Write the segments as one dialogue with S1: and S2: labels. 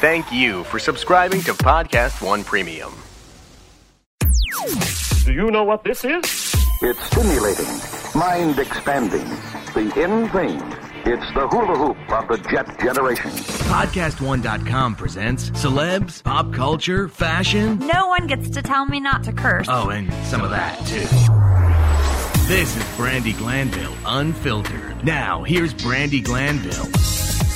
S1: Thank you for subscribing to Podcast One Premium.
S2: Do you know what this is?
S3: It's stimulating, mind expanding, the in thing. It's the hula hoop of the jet generation.
S4: Podcast1.com presents celebs, pop culture, fashion.
S5: No one gets to tell me not to curse.
S4: Oh, and some of that, too. This is Brandy Glanville Unfiltered. Now, here's Brandy Glanville.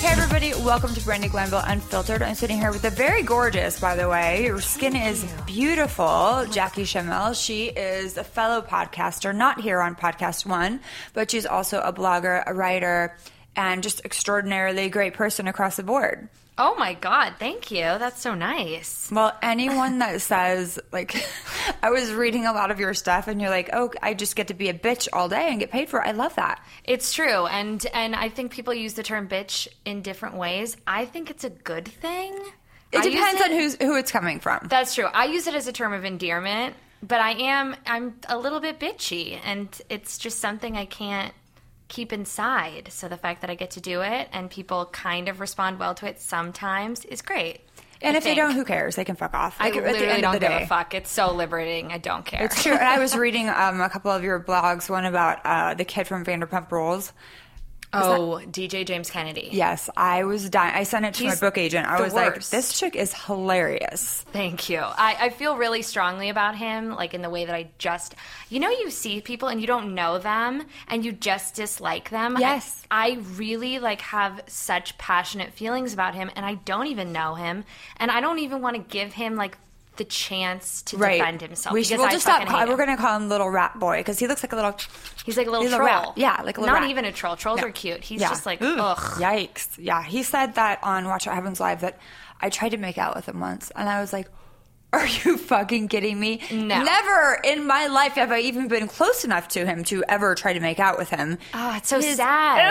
S5: Hey, everybody, welcome to Brandy Glanville Unfiltered. I'm sitting here with a very gorgeous, by the way, her skin is beautiful, Jackie Schimmel. She is a fellow podcaster, not here on Podcast One, but she's also a blogger, a writer, and just extraordinarily great person across the board.
S6: Oh my God, thank you. That's so nice.
S5: Well, anyone that says, like, I was reading a lot of your stuff and you're like, oh, I just get to be a bitch all day and get paid for it. I love that.
S6: It's true. And and I think people use the term bitch in different ways. I think it's a good thing.
S5: It
S6: I use
S5: depends on who's, who it's coming from.
S6: That's true. I use it as a term of endearment, but I am I'm a little bit bitchy and it's just something I can't keep inside. So the fact that I get to do it and people kind of respond well to it sometimes is great.
S5: And
S6: I
S5: if they
S6: think.
S5: don't, who cares? They can fuck off.
S6: I
S5: Like, at the
S6: literally
S5: end of
S6: don't
S5: the
S6: give
S5: day.
S6: a fuck. It's so liberating. I don't care.
S5: It's true. And I was reading um, a couple of your blogs, one about uh, the kid from Vanderpump Rules.
S6: Oh, DJ James Kennedy.
S5: Yes, I was dying. I sent it to
S6: He's
S5: my book agent. I
S6: the
S5: was like,
S6: worst.
S5: this chick is hilarious.
S6: Thank you. I, I feel really strongly about him, like in the way that I just, you know, you see people and you don't know them and you just dislike them. I-
S5: Yes.
S6: I, really like have such passionate feelings about him and I don't even know him and I don't even want to give him like the chance to defend himself.
S5: We should,
S6: because
S5: we'll
S6: I
S5: just stop.
S6: fucking
S5: Call,
S6: hate
S5: we're
S6: him.
S5: going to call him Little Rat Boy because he looks like a little.
S6: He's like a little
S5: he's
S6: troll.
S5: rat. Yeah, like a little
S6: Not
S5: rat.
S6: even a troll. Trolls
S5: No.
S6: are cute. He's
S5: Yeah.
S6: just like, ugh.
S5: Yikes. Yeah. He said that on Watch What Happens Live that I tried to make out with him once and I was like, are you fucking kidding me?
S6: No.
S5: Never in my life have I even been close enough to him to ever try to make out with him.
S6: Oh, it's so
S5: His-
S6: sad.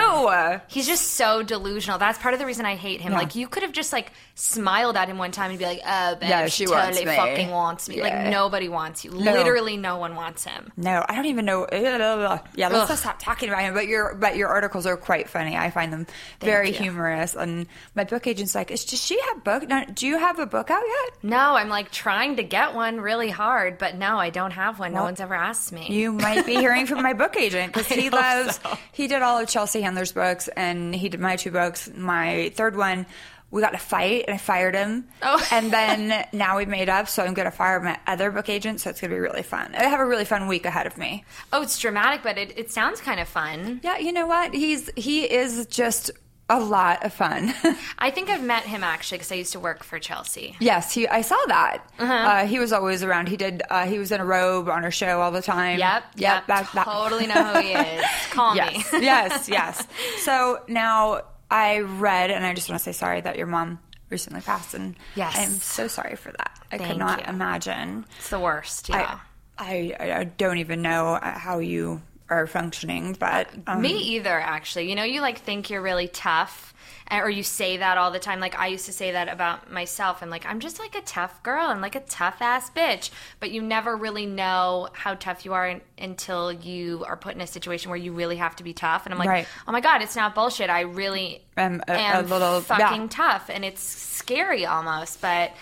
S5: Ew.
S6: He's just so delusional. That's part of the reason I hate him.
S5: Yeah.
S6: Like you could have just like smiled at him one time and be like, "Oh, bitch,
S5: Yeah, she
S6: she
S5: wants
S6: totally
S5: me."
S6: fucking wants me."
S5: Yeah.
S6: Like nobody wants you.
S5: No.
S6: Literally, no one wants him.
S5: No, I don't even know. Yeah, let's
S6: Ugh.
S5: just stop talking about him. But your but your articles are quite funny. I find them very
S6: you.
S5: humorous. And my book agent's like, "Is- "Does she have book? no, Do you have a book out yet?"
S6: No, I'm like trying to get one really hard, but no, I don't have one.
S5: Well,
S6: no one's ever asked me.
S5: You might be hearing from my book agent because he
S6: hope
S5: loves.
S6: so.
S5: He did all of Chelsea Handler's books, and he did my two books. My third one, we got in a fight, and I fired him.
S6: Oh.
S5: and then now we made up, so I'm going to fire my other book agent. So it's going to be really fun. I have a really fun week ahead of me.
S6: oh, it's dramatic, but it, it sounds kind of fun.
S5: Yeah, you know what? He's he is just a lot of fun.
S6: I think I've met him actually because I used to work for Chelsea.
S5: yes, he. I saw that. uh he was always around. He did. Uh, he was in a robe on her show all the time.
S6: Yep,
S5: Yep. Back, back.
S6: totally know who he is. Call
S5: yes.
S6: me.
S5: yes. Yes. So now I read, and I just want to say sorry that your mom recently passed, and
S6: Yes.
S5: I'm so sorry for that. I could
S6: Thank
S5: not
S6: you.
S5: imagine.
S6: it's the worst.
S5: I-
S6: Yeah.
S5: I, I I don't even know uh, how you are functioning, but um,
S6: Me either, actually. You know, you like think you're really tough, and- or you say that all the time. Like I used to say that about myself, and like I'm just like a tough girl and like a tough ass bitch. But you never really know how tough you are un- until you are put in a situation where you really have to be tough. And I'm like,
S5: Right.
S6: oh my god, it's not bullshit. I really
S5: Am uh, a- a
S6: am
S5: little-
S6: fucking
S5: yeah.
S6: tough, and it's scary almost, but.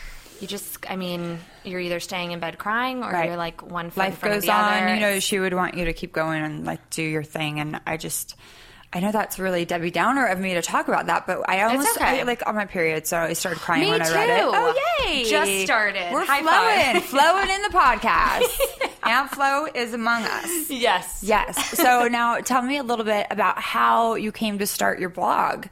S6: You just, I mean, you're either staying in bed crying or
S5: Right.
S6: you're like one foot in
S5: life
S6: front of
S5: goes
S6: the
S5: on.
S6: other.
S5: You know, she would want you to keep going and like do your thing. And I just, I know that's really Debbie Downer of me to talk about that, but I almost
S6: okay.
S5: I, like on my period, so I started crying
S6: Me
S5: when I read it.
S6: too.
S5: Oh yay!
S6: Just started.
S5: We're
S6: High
S5: flowing,
S6: five.
S5: flowing in the podcast. Aunt Flo is among us.
S6: yes.
S5: Yes. So now tell me a little bit about how you came to start your blog.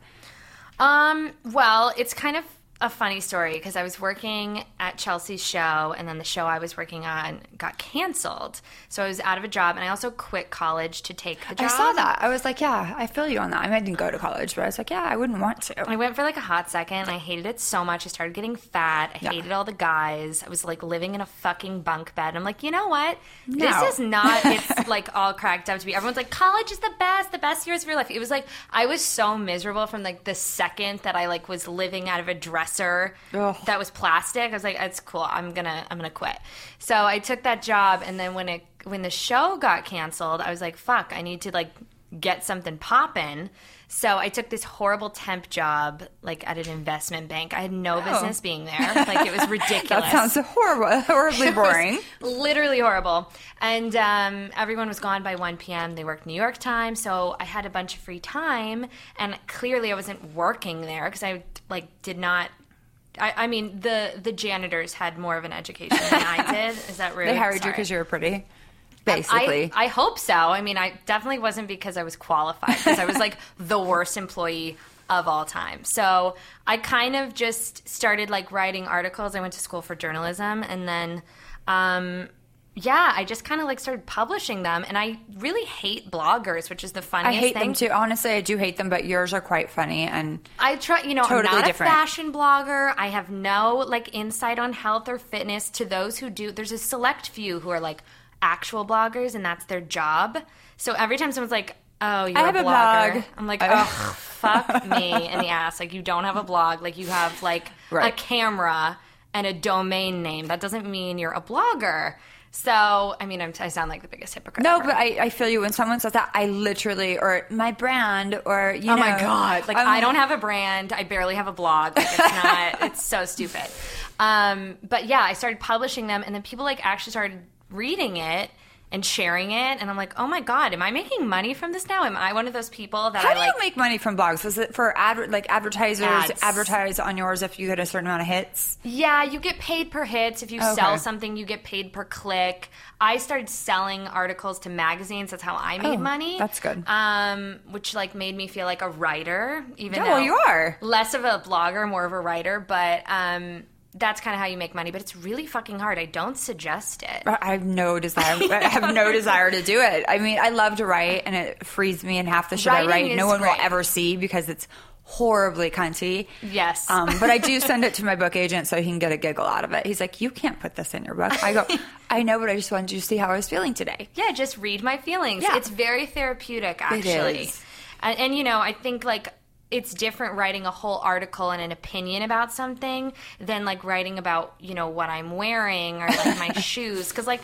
S6: Um, well, it's kind of a funny story because I was working at Chelsea's show and then the show I was working on got canceled. So I was out of a job and I also quit college to take the job.
S5: I saw that. I was like, yeah, I feel you on that. I, mean, I didn't go to college, but I was like, yeah, I wouldn't want to.
S6: I went for like a hot second and I hated it so much. I started getting fat. I
S5: Yeah.
S6: hated all the guys. I was like living in a fucking bunk bed. I'm like, you know what?
S5: No.
S6: This is not, it's like all cracked up to be. Everyone's like, college is the best, the best years of your life. It was like, I was so miserable from like the second that I like was living out of a dresser
S5: Ugh.
S6: that was plastic. I was like, that's cool. I'm gonna, I'm gonna quit. So I took that job and then when it, when the show got canceled, I was like, fuck, I need to like get something poppin'. So I took this horrible temp job, like at an investment bank. I had no business being there. Like it was ridiculous.
S5: Oh. That sounds horrible, horribly
S6: was
S5: boring.
S6: Literally horrible. And um, everyone was gone by 1 p.m. They worked New York time, so I had a bunch of free time, and clearly I wasn't working there because I like did not. I, I mean, the the janitors had more of an education than I did. Is that rude?
S5: They hired you
S6: Sorry.
S5: because you were pretty,
S6: I-
S5: basically.
S6: I, hope so. I mean, I definitely wasn't because I was qualified, because I was like the worst employee of all time. So I kind of just started like writing articles. I went to school for journalism and then, um, yeah, I just kind of like started publishing them, and I really hate bloggers, which is the
S5: I
S6: funniest
S5: hate
S6: thing.
S5: them too. Honestly, I do hate them, but yours are quite funny. And
S6: I try, you know,
S5: Totally
S6: I'm not
S5: different.
S6: a fashion blogger. I have no like insight on health or fitness to those who do. There's a select few who are like actual bloggers and that's their job. So every time someone's like, "Oh, you're
S5: have a
S6: a blogger."
S5: blog.
S6: I'm like,
S5: I-
S6: "Oh, fuck me in the ass. Like you don't have a blog. Like you have like
S5: Right.
S6: a camera and a domain name. That doesn't mean you're a blogger." So, I mean, I'm, I sound like the biggest hypocrite.
S5: no,
S6: ever.
S5: but I, I feel you when someone says that. I literally, or my brand, or you
S6: Oh
S5: know,
S6: my god! Like
S5: I'm
S6: I don't have a brand. I barely have a blog. Like, it's not. it's so stupid. Um, but yeah, I started publishing them, and then people like actually started reading it and sharing it, and I'm like, oh my god, am I making money from this now? Am I one of those people that
S5: How
S6: I
S5: do
S6: like?
S5: you make money from blogs? Is it for ad, like advertisers
S6: Ads.
S5: advertise on yours if you get a certain amount of hits?
S6: yeah, you get paid per hits. If you
S5: Okay.
S6: sell something, you get paid per click. I started selling articles to magazines. That's how I
S5: Oh,
S6: made money.
S5: that's good.
S6: Um, which like made me feel like a writer, even
S5: Yeah,
S6: though
S5: well, you are.
S6: less of a blogger, more of a writer, but um, that's kind of how you make money. But it's really fucking hard. I don't suggest it.
S5: I have no desire. I have no desire to do it. I mean, I love to write, and it frees me in half the shit I
S6: Writing
S5: write. No
S6: is
S5: one will
S6: great.
S5: ever see because it's horribly cunty.
S6: Yes.
S5: Um, but I do send it to my book agent so he can get a giggle out of it. He's like, "You can't put this in your book." I go, "I know, but I just wanted you to see how I was feeling today."
S6: Yeah, just read my feelings.
S5: Yeah.
S6: It's very therapeutic, actually.
S5: is.
S6: And, and, you know, I think like it's different writing a whole article and an opinion about something than like writing about, you know, what I'm wearing or like my shoes. Cause like,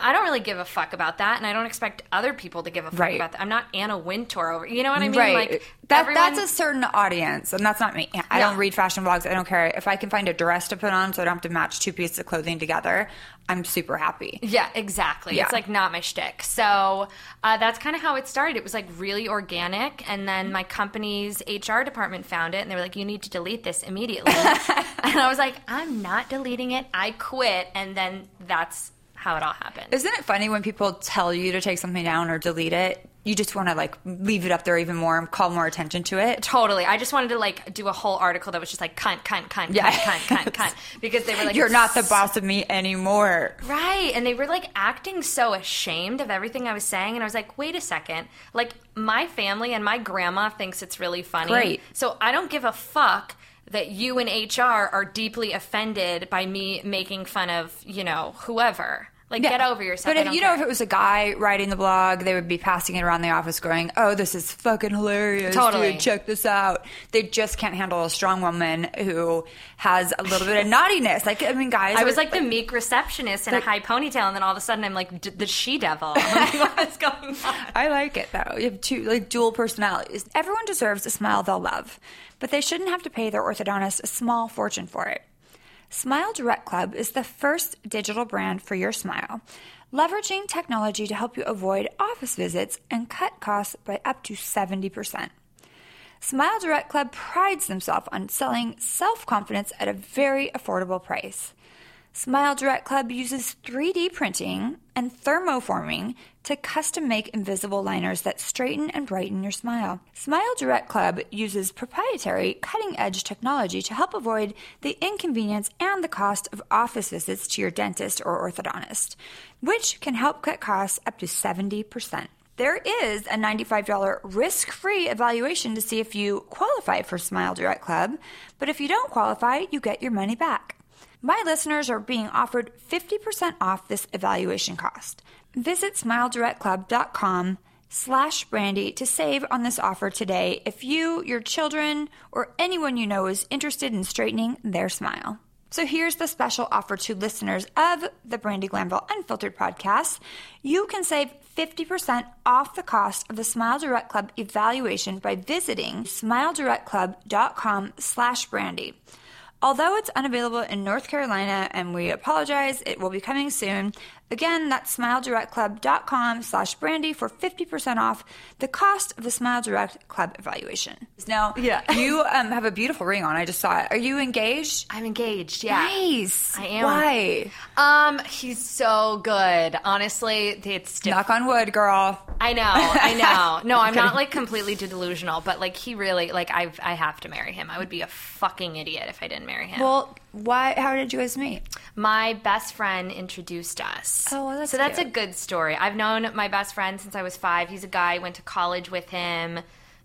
S6: I don't really give a fuck about that, and I don't expect other people to give a fuck
S5: Right.
S6: about that. I'm not Anna Wintour over. You know what I mean?
S5: right.
S6: Like
S5: that,
S6: everyone-
S5: That's a certain audience, and that's not me. I
S6: No.
S5: don't read fashion blogs. I don't care. If I can find a dress to put on so I don't have to match two pieces of clothing together, I'm super happy.
S6: Yeah, exactly.
S5: Yeah.
S6: It's like not my shtick. So uh, that's kind of how it started. It was like really organic, and then my company's HR department found it, and they were like, "You need to delete this immediately." and I was like, "I'm not deleting it. I quit." And then that's how it all happened.
S5: Isn't it funny when people tell you to take something down or delete it? You just want to like leave it up there even more and call more attention to it.
S6: Totally. I just wanted to like do a whole article that was just like cunt, cunt, cunt,
S5: Yeah.
S6: cunt, cunt, cunt, cunt, because they were like,
S5: You're not the boss of me anymore.
S6: Right. And they were like acting so ashamed of everything I was saying. And I was like, wait a second. Like, my family and my grandma thinks it's really funny.
S5: Great.
S6: So I don't give a fuck that you and HR are deeply offended by me making fun of, you know, whoever. Like,
S5: Yeah.
S6: get over yourself. I
S5: But if
S6: don't
S5: you know,
S6: care.
S5: if it was a guy writing the blog, they would be passing it around the office, going, "Oh, this is fucking hilarious!
S6: Totally.
S5: dude, check this out." They just can't handle a strong woman who has a little bit of naughtiness. Like, I mean, guys, are-
S6: I was like the meek receptionist in a high ponytail, and then all of a sudden I'm like d- the she devil. I'm like, what is going on?
S5: I like it though. You have two like dual personalities. Everyone deserves a smile they'll love, but they shouldn't have to pay their orthodontist a small fortune for it. Smile Direct Club is the first digital brand for your smile, leveraging technology to help you avoid office visits and cut costs by up to 70%. Smile Direct Club prides themselves on selling self confidence at a very affordable price. Smile Direct Club uses 3D printing and thermoforming to custom make invisible liners that straighten and brighten your smile. Smile Direct Club uses proprietary cutting edge technology to help avoid the inconvenience and the cost of office visits to your dentist or orthodontist, which can help cut costs up to 70%. There is a $95 risk free evaluation to see if you qualify for Smile Direct Club, but if you don't qualify, you get your money back. My listeners are being offered 50% off this evaluation cost. Visit smiledirectclub.com slash brandy to save on this offer today if you, your children, or anyone you know is interested in straightening their smile. So here's the special offer to listeners of the Brandy Glanville Unfiltered podcast. You can save 50% off the cost of the Smile Direct Club evaluation by visiting smiledirectclub.com slash brandy. Although it's unavailable in North Carolina, and we apologize, it will be coming soon. Again, that's smiledirectclub.com slash brandy for 50% off the cost of the Smile Direct Club evaluation. Now,
S6: Yeah.
S5: you um, have a beautiful ring on. I just saw it. Are you engaged?
S6: I'm engaged. Yeah.
S5: Nice.
S6: I am.
S5: Why?
S6: Um, he's so good. Honestly, it's diff-
S5: Knock on wood, girl.
S6: I know, I know. No, I'm not like completely delusional, but like he really like I I have to marry him. I would be a fucking idiot if I didn't marry him.
S5: Well, why? How did you guys meet?
S6: my best friend introduced us.
S5: Oh, well, that's
S6: so that's
S5: cute.
S6: a good story. I've known my best friend since I was five. He's a guy. Went to college with him.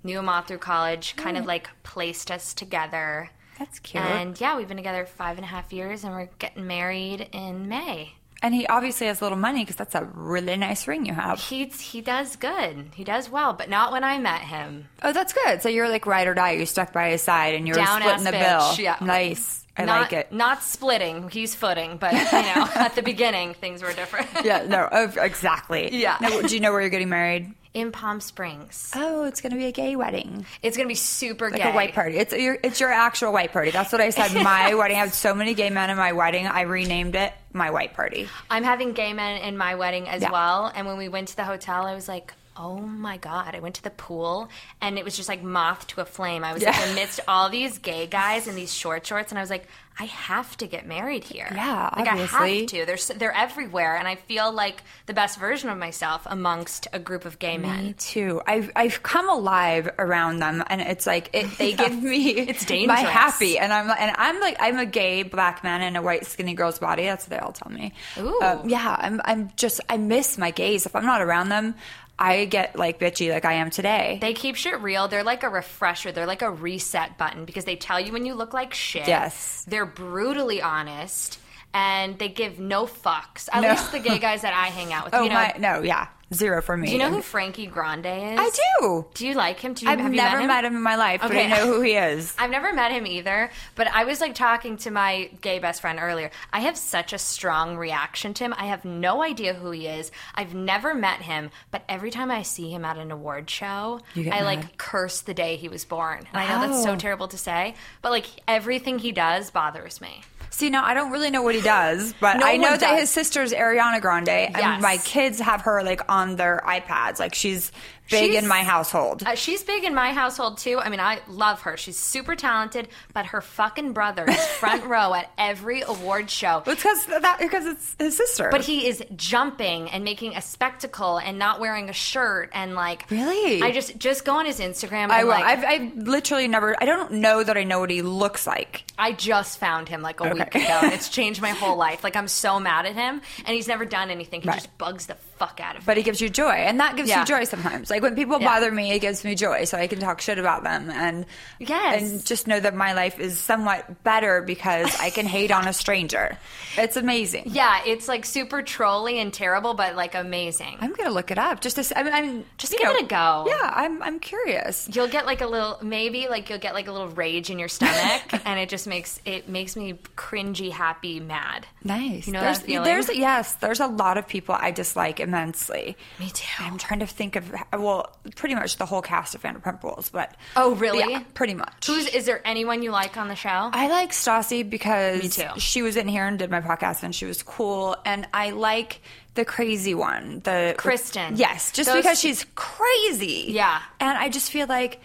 S6: Knew him all through college. Kind
S5: Oh.
S6: of like placed us together.
S5: That's cute. And,
S6: And yeah, we've been together five and a half years, and we're getting married in May.
S5: he obviously has a little money because that's a really nice ring you have.
S6: He's he does good. He does well, but not when I met him.
S5: Oh, that's good. So you're like ride or die. You stuck by his side and you were
S6: Down
S5: splitting the
S6: ass bitch,
S5: bill.
S6: yeah.
S5: Nice. I
S6: not,
S5: like it.
S6: Not splitting. He's footing, but you know, at the beginning things were different.
S5: yeah, no, oh, exactly.
S6: Yeah.
S5: Now, do you know where you're getting married?
S6: In Palm Springs,
S5: Oh, it's going to be a gay wedding.
S6: it's gonna be super
S5: Like
S6: gay.
S5: a white party. It's your, it's your actual white party. That's what I said. My wedding. I had so many gay men in my wedding. I renamed it my white party.
S6: I'm having gay men in my wedding as
S5: Yeah.
S6: well. And when we went to the hotel, I was like, oh my God. I went to the pool and it was just like moth to a flame. I was like
S5: Yeah.
S6: amidst all these gay guys in these short shorts. And I was like, I have to get married here.
S5: Yeah,
S6: like I
S5: obviously.
S6: have to. They're, s- they're everywhere. And I feel like the best version of myself amongst a group of gay men.
S5: too. I've I've come alive around them, and it's like it, they give me it's
S6: dangerous.
S5: My happy, and I'm and I'm like I'm a gay black man in a white skinny girl's body. That's what they all tell me.
S6: Ooh.
S5: Um, yeah. I'm I'm just I miss my gays. If I'm not around them, I get like bitchy, like I am today.
S6: They keep shit real. They're like a refresher. They're like a reset button because they tell you when you look like shit.
S5: Yes.
S6: They're brutally honest and they give no fucks. At
S5: No.
S6: least the gay guys that I hang out with.
S5: oh
S6: you know,
S5: my no, yeah, zero for me.
S6: Do you know who Frankie Grande is?
S5: I do.
S6: Do you like him? Do you,
S5: I've
S6: have you
S5: never
S6: met him?
S5: met him in my life, but I
S6: Okay.
S5: know who he is.
S6: I've never met him either, but I was like talking to my gay best friend earlier. I have such a strong reaction to him. I have no idea who he is. I've never met him, but every time I see him at an award show,
S5: You get
S6: I
S5: mad.
S6: like curse the day he was born. And I know that's so
S5: Wow.
S6: terrible to say, but like everything he does bothers me.
S5: See, now I don't really know what he does, but
S6: No
S5: I know
S6: one
S5: that
S6: does.
S5: his sister's Ariana Grande, and
S6: Yes.
S5: my kids have her like on their iPads. Like she's big
S6: She's-
S5: in my household.
S6: Uh, she's big in my household too. I mean, I love her. She's super talented, but her fucking brother is front row at every award show.
S5: because that because it's his sister.
S6: But he is jumping and making a spectacle and not wearing a shirt and like
S5: Really?
S6: I just just go on his Instagram.
S5: I
S6: I
S5: will.
S6: like,
S5: I've,
S6: I've,
S5: I've literally never. I don't know that I know what he looks like.
S6: I just found him like a week
S5: Okay.
S6: ago. and It's changed my whole life. Like I'm so mad at him, and he's never done anything. He
S5: Right.
S6: just bugs the fuck out of me.
S5: But he gives you joy, and that gives you
S6: Yeah.
S5: joy sometimes. Like when people
S6: Yeah.
S5: bother me, it gives me joy, so I can talk shit about them and
S6: Yes.
S5: and just know that my life is somewhat better because I can hate on a stranger. It's amazing.
S6: yeah, it's like super trolly and terrible, but like amazing.
S5: I'm gonna look it up. Just to, s- I mean, I'm
S6: Just
S5: you
S6: give
S5: know,
S6: it a go.
S5: Yeah, I'm I'm curious.
S6: You'll get like a little maybe like you'll get like a little rage in your stomach, and it just makes it makes me cringy, happy, mad.
S5: Nice.
S6: You know
S5: there's,
S6: that feeling?
S5: there's yes, there's a lot of people I dislike immensely.
S6: Me too.
S5: I'm trying to think of well, pretty much the whole cast of Vanderpump Rules, but
S6: Oh, really?
S5: Yeah, pretty much.
S6: Who's is there anyone you like on the show?
S5: I like Stassi because
S6: Me too.
S5: she was in here and did my podcast and she was cool. And I like the crazy one, the
S6: Kristen.
S5: Yes, just
S6: Those-
S5: because she's crazy.
S6: Yeah.
S5: and I just feel like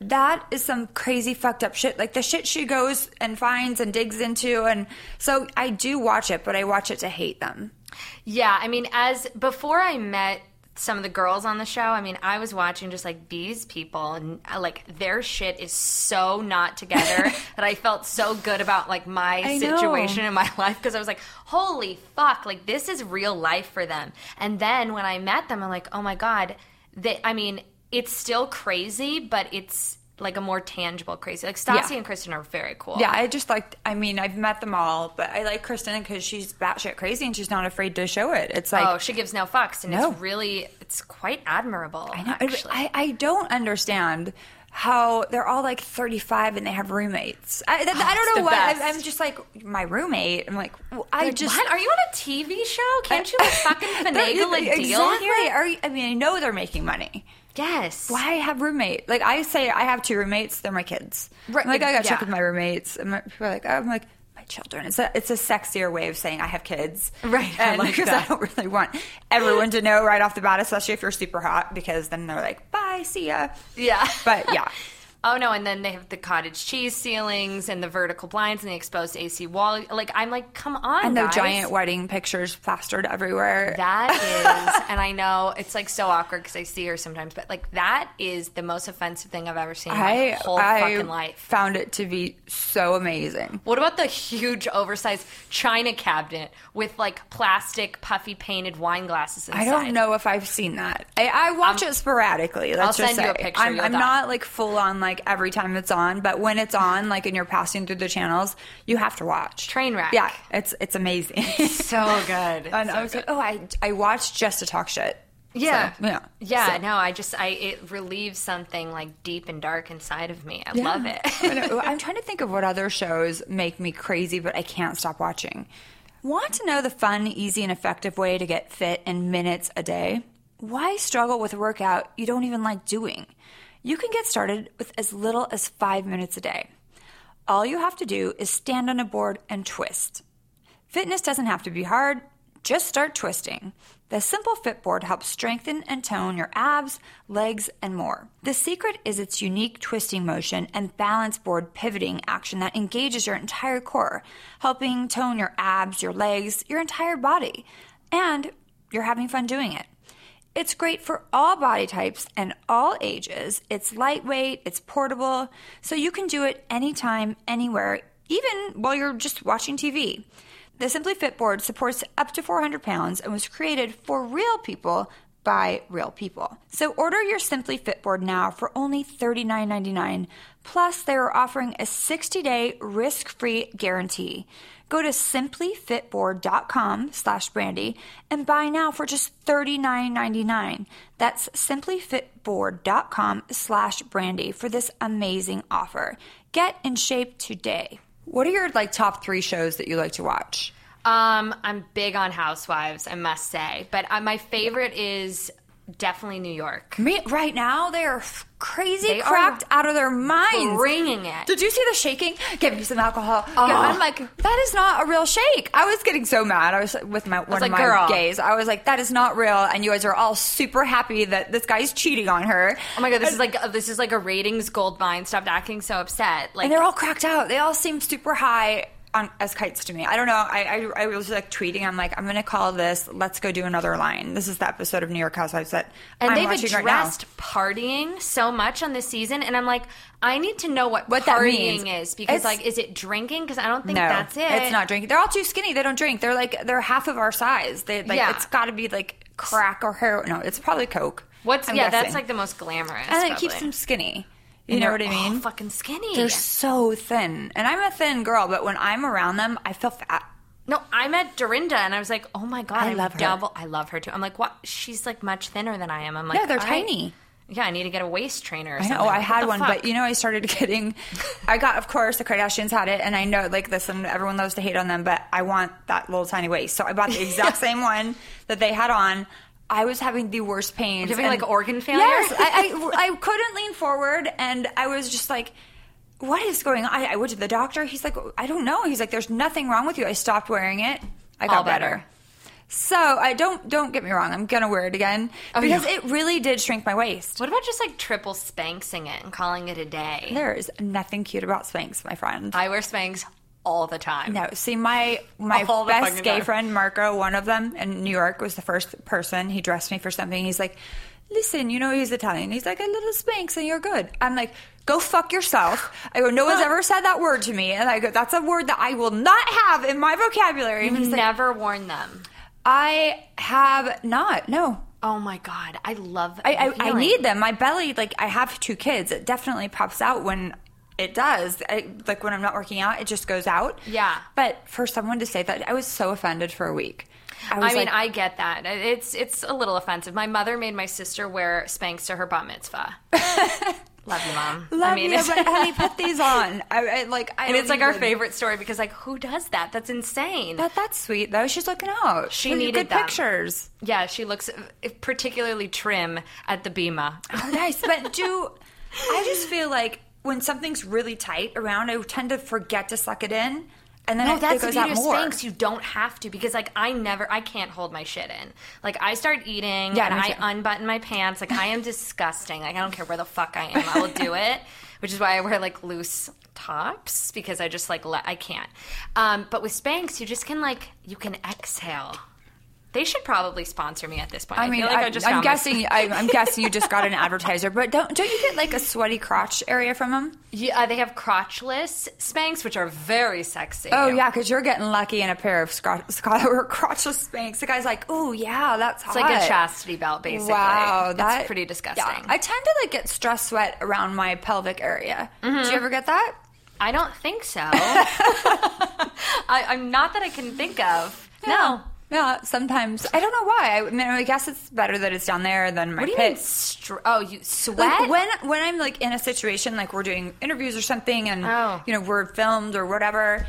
S5: that is some crazy fucked up shit. Like the shit she goes and finds and digs into, and so I do watch it, but I watch it to hate them.
S6: Yeah, I mean, as before I met some of the girls on the show, I mean, I was watching just like these people and uh, like their shit is so not together that I felt so good about like my
S5: I know.
S6: situation in my life because I was like, holy fuck, like this is real life for them. And then when I met them, I'm like, oh my God, they, I mean, it's still crazy, but it's like a more tangible crazy. Like Stassi
S5: Yeah.
S6: and Kristen are very cool.
S5: Yeah, I just like. I mean, I've met them all, but I like Kristen because she's batshit crazy and she's not afraid to show it. It's like
S6: Oh, she gives no fucks, and
S5: No.
S6: it's really, it's quite admirable.
S5: I know.
S6: Actually.
S5: I, I don't understand how they're all like 35 and they have roommates. I, that, I don't
S6: Oh, the
S5: know why.
S6: best.
S5: I, I'm just like my roommate. I'm like w- I
S6: Like,
S5: just
S6: what? Are you on a TV show? Can't you like, fucking
S5: That-
S6: finagle a deal
S5: e, exactly.
S6: here?
S5: Are you, I mean, I know they're making money.
S6: Yes.
S5: Why have roommate? Like I say, I have two roommates. They're my kids.
S6: Right,
S5: I'm like I got to
S6: yeah.
S5: check with my roommates. And my, people are like, oh, I'm like my children. It's a it's a sexier way of saying I have kids.
S6: Right, I
S5: And
S6: like
S5: because
S6: that.
S5: I don't really want everyone to know right off the bat, especially if you're super hot, because then they're like, bye, see ya.
S6: Yeah.
S5: But yeah.
S6: Oh no, and then they have the cottage cheese ceilings and the vertical blinds and the exposed AC wall. Like I'm like, come on,
S5: And the
S6: guys.
S5: giant wedding pictures plastered everywhere.
S6: That is, and I know it's like so awkward because I see her sometimes, but like that is the most offensive thing I've ever seen in my
S5: I,
S6: whole
S5: I
S6: fucking life.
S5: found it to be so amazing.
S6: What about the huge oversized china cabinet with like plastic puffy painted wine glasses inside?
S5: I don't know if I've seen that. I, I watch it sporadically. Let's
S6: Um, I'll
S5: just
S6: send you a
S5: say.
S6: picture,
S5: I'm,
S6: you'll
S5: I'm
S6: die.
S5: not like full on like every time it's on, but when it's on, like and you're passing through the channels, you have to watch.
S6: Train wreck.
S5: Yeah, it's it's amazing.
S6: So good.
S5: and
S6: So
S5: I was like, oh, I I watched just to talk shit.
S6: Yeah.
S5: So, yeah.
S6: Yeah,
S5: So-
S6: no, I just I it relieves something like deep and dark inside of me. I
S5: Yeah.
S6: love it.
S5: I know. I'm trying to think of what other shows make me crazy, but I can't stop watching. Want to know the fun, easy, and effective way to get fit in minutes a day? Why struggle with a workout you don't even like doing? You can get started with as little as five minutes a day. All you have to do is stand on a board and twist. Fitness doesn't have to be hard, just start twisting. The Simple Fit Board helps strengthen and tone your abs, legs, and more. The secret is its unique twisting motion and balance board pivoting action that engages your entire core, helping tone your abs, your legs, your entire body. And you're having fun doing it. It's great for all body types and all ages. It's lightweight, it's portable, so you can do it anytime, anywhere, even while you're just watching TV. The Simply Fit board supports up to 400 pounds and was created for real people by real people. So order your Simply Fit board now for only $39.99. Plus, they are offering a 60 day risk free guarantee. Go to simplyfitboard.com slash brandy and buy now for just $39.99. That's simplyfitboard.com slash brandy for this amazing offer. Get in shape today. What are your like top three shows that you like to watch?
S6: Um, I'm big on Housewives, I must say, but uh, my favorite is definitely New York.
S5: Me right now, they are f- crazy,
S6: They
S5: cracked
S6: are
S5: out of their minds.
S6: Bringing it.
S5: Did you see the shaking? Give me some alcohol. Yeah,
S6: Uh-huh.
S5: I'm like, that is not a real shake. I was getting so mad. I was like, with my one
S6: like,
S5: of my
S6: "Girl."
S5: gays. I was like, that is not real. And you guys are all super happy that this guy's cheating on her.
S6: Oh my god, this is like uh, this is like a ratings gold mine. Stop acting so upset. Like
S5: and they're all cracked out. They all seem super high on, as kites to me. I don't know. I, I, I was like tweeting. I'm like, I'm gonna call this. Let's go do another line. This is the episode of New York Housewives that
S6: and
S5: I'm
S6: they've
S5: watching
S6: addressed
S5: right now.
S6: partying so much on this season, and I'm like, I need to know what,
S5: What that
S6: partying
S5: means.
S6: is because
S5: It's-
S6: like, is it drinking? Because I don't think
S5: no,
S6: that's it.
S5: It's not drinking. They're all too skinny. They don't drink. They're like they're half of our size. They like
S6: Yeah.
S5: it's got to be like crack or heroin. No, it's probably coke.
S6: What's
S5: I'm
S6: yeah? That's
S5: guessing.
S6: like the most glamorous.
S5: and it keeps
S6: probably.
S5: them skinny. You know what I
S6: They're all
S5: mean?
S6: fucking skinny.
S5: They're so thin, and I'm a thin girl, but when I'm around them, I feel fat.
S6: No, I met Dorinda and I was like, oh my god,
S5: I
S6: I'm
S5: love her.
S6: Double, I love her too. I'm like, what? She's like much thinner than I am. I'm like,
S5: yeah, they're
S6: I-
S5: tiny.
S6: Yeah, I need to get a waist trainer. Or
S5: I
S6: something.
S5: know Oh, I
S6: What
S5: had
S6: the
S5: one,
S6: fuck?
S5: but you know I started getting. I got, of course, the Kardashians had it, and I know like this, and everyone loves to hate on them, but I want that little tiny waist, so I bought the exact same one that they had on. I was having the worst pains,
S6: You're having,
S5: and-
S6: like, organ failure?
S5: Yes, I, I I couldn't lean forward, and I was just like. What is going on? I, I went to the doctor. He's like, I don't know. He's like, there's nothing wrong with you. I stopped wearing it. I got
S6: All better.
S5: better. So I don't don't get me wrong. I'm gonna wear it again because
S6: Oh, yeah.
S5: it really did shrink my waist.
S6: What about just like triple spanxing it and calling it a day?
S5: There is nothing cute about Spanx, my friend.
S6: I wear spanks all the time.
S5: no, see my my
S6: All the
S5: best
S6: fucking
S5: gay
S6: time.
S5: friend Marco, one of them in New York, was the first person. He dressed me for something. He's like, "Listen, you know he's Italian." He's like, "A little Spanx and you're good." I'm like, "Go fuck yourself." I go, "No one's ever said that word to me," and I go, "That's a word that I will not have in my vocabulary." And he's like,
S6: never worn them.
S5: "I have not. No,
S6: Oh my god, I love.
S5: I,
S6: the
S5: I, I
S6: feeling.
S5: need them. My belly, like I have two kids, it definitely pops out when it does. I, like when I'm not working out, it just goes out.
S6: Yeah.
S5: But for someone to say that, I was so offended for a week. I was
S6: I mean,
S5: like,
S6: I get that. It's it's a little offensive. My mother made my sister wear Spanx to her bat mitzvah. Love you, mom.
S5: Love
S6: I mean,
S5: you,
S6: it's-
S5: but honey, put these on. I, I like, I
S6: and
S5: don't
S6: it's like our
S5: even-
S6: favorite story because like who does that? That's insane.
S5: But that's sweet though. She's looking out.
S6: She
S5: Look at
S6: needed
S5: good
S6: them.
S5: pictures.
S6: yeah, she looks uh, particularly trim at the bema.
S5: Oh, nice. But do I just feel like when something's really tight around, I tend to forget to suck it in, and then
S6: No,
S5: it,
S6: that's
S5: it goes
S6: the
S5: out
S6: beauty of
S5: more.
S6: Spanx. You don't have to because, like, I never, I can't hold my shit in. Like, I start eating
S5: Yeah,
S6: and
S5: me
S6: I
S5: too.
S6: unbutton my pants. Like, I am disgusting. Like, I don't care where the fuck I am. I will do it, which is why I wear like loose tops because I just like let, I can't. Um, but with Spanx, you just can like you can exhale. They should probably sponsor me at this point. I,
S5: I mean,
S6: feel like I,
S5: I,
S6: just
S5: am
S6: found my-
S5: guessing. I'm, I'm guessing you just got an advertiser, but don't don't you get like a sweaty crotch area from them?
S6: yeah, they have crotchless Spanx, which are very sexy.
S5: Oh yeah, because you're getting lucky in a pair of scotch or crotchless spanks. The guy's like, "Ooh, yeah, that's
S6: It's
S5: hot."
S6: like a chastity belt, basically.
S5: Wow,
S6: It's
S5: that's
S6: pretty disgusting.
S5: I tend to like get stress sweat around my pelvic area. Do you ever get that?
S6: I don't think so. I, I'm not that I can think of. No.
S5: Yeah, sometimes I don't know why. I mean, I guess it's better that it's down there than my
S6: What do you mean?
S5: pits.
S6: Str- oh, you sweat?
S5: Like when when I'm like in a situation like we're doing interviews or something, and
S6: Oh.
S5: you know we're filmed or whatever.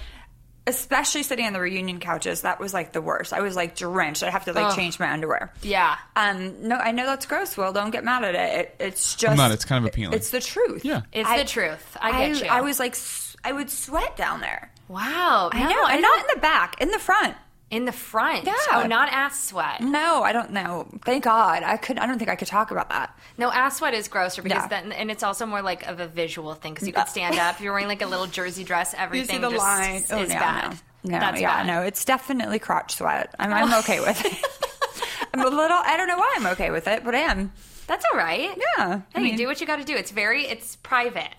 S5: Especially sitting on the reunion couches, that was like the worst. I was like drenched. I have to like change my underwear.
S6: yeah.
S5: Um, no, I know that's gross. Will, don't get mad at it. it it's just
S2: not. It's kind of appealing.
S5: It's the truth.
S2: Yeah.
S6: It's the truth. I get you.
S5: I was like, s- I would sweat down there.
S6: Wow.
S5: I know, and not in the back, in the front.
S6: in the front.
S5: Yeah. Mm.
S6: Oh, not ass sweat.
S5: No, I don't know. Thank God, I could. I don't think I could talk about that.
S6: No, ass sweat is grosser because
S5: Yeah.
S6: then, and it's also more like of a visual thing because you
S5: Yeah.
S6: could stand up. If you're wearing like a little jersey dress, everything just is
S5: Oh, no,
S6: bad.
S5: No, no
S6: That's
S5: yeah,
S6: bad.
S5: no.
S6: Oh.
S5: It's definitely crotch sweat. I'm, I'm okay with it. I'm a little. I don't know why I'm okay with it, but I am.
S6: That's all right.
S5: Yeah, I
S6: Hey,
S5: mean-
S6: do what you got to do. It's very, it's private.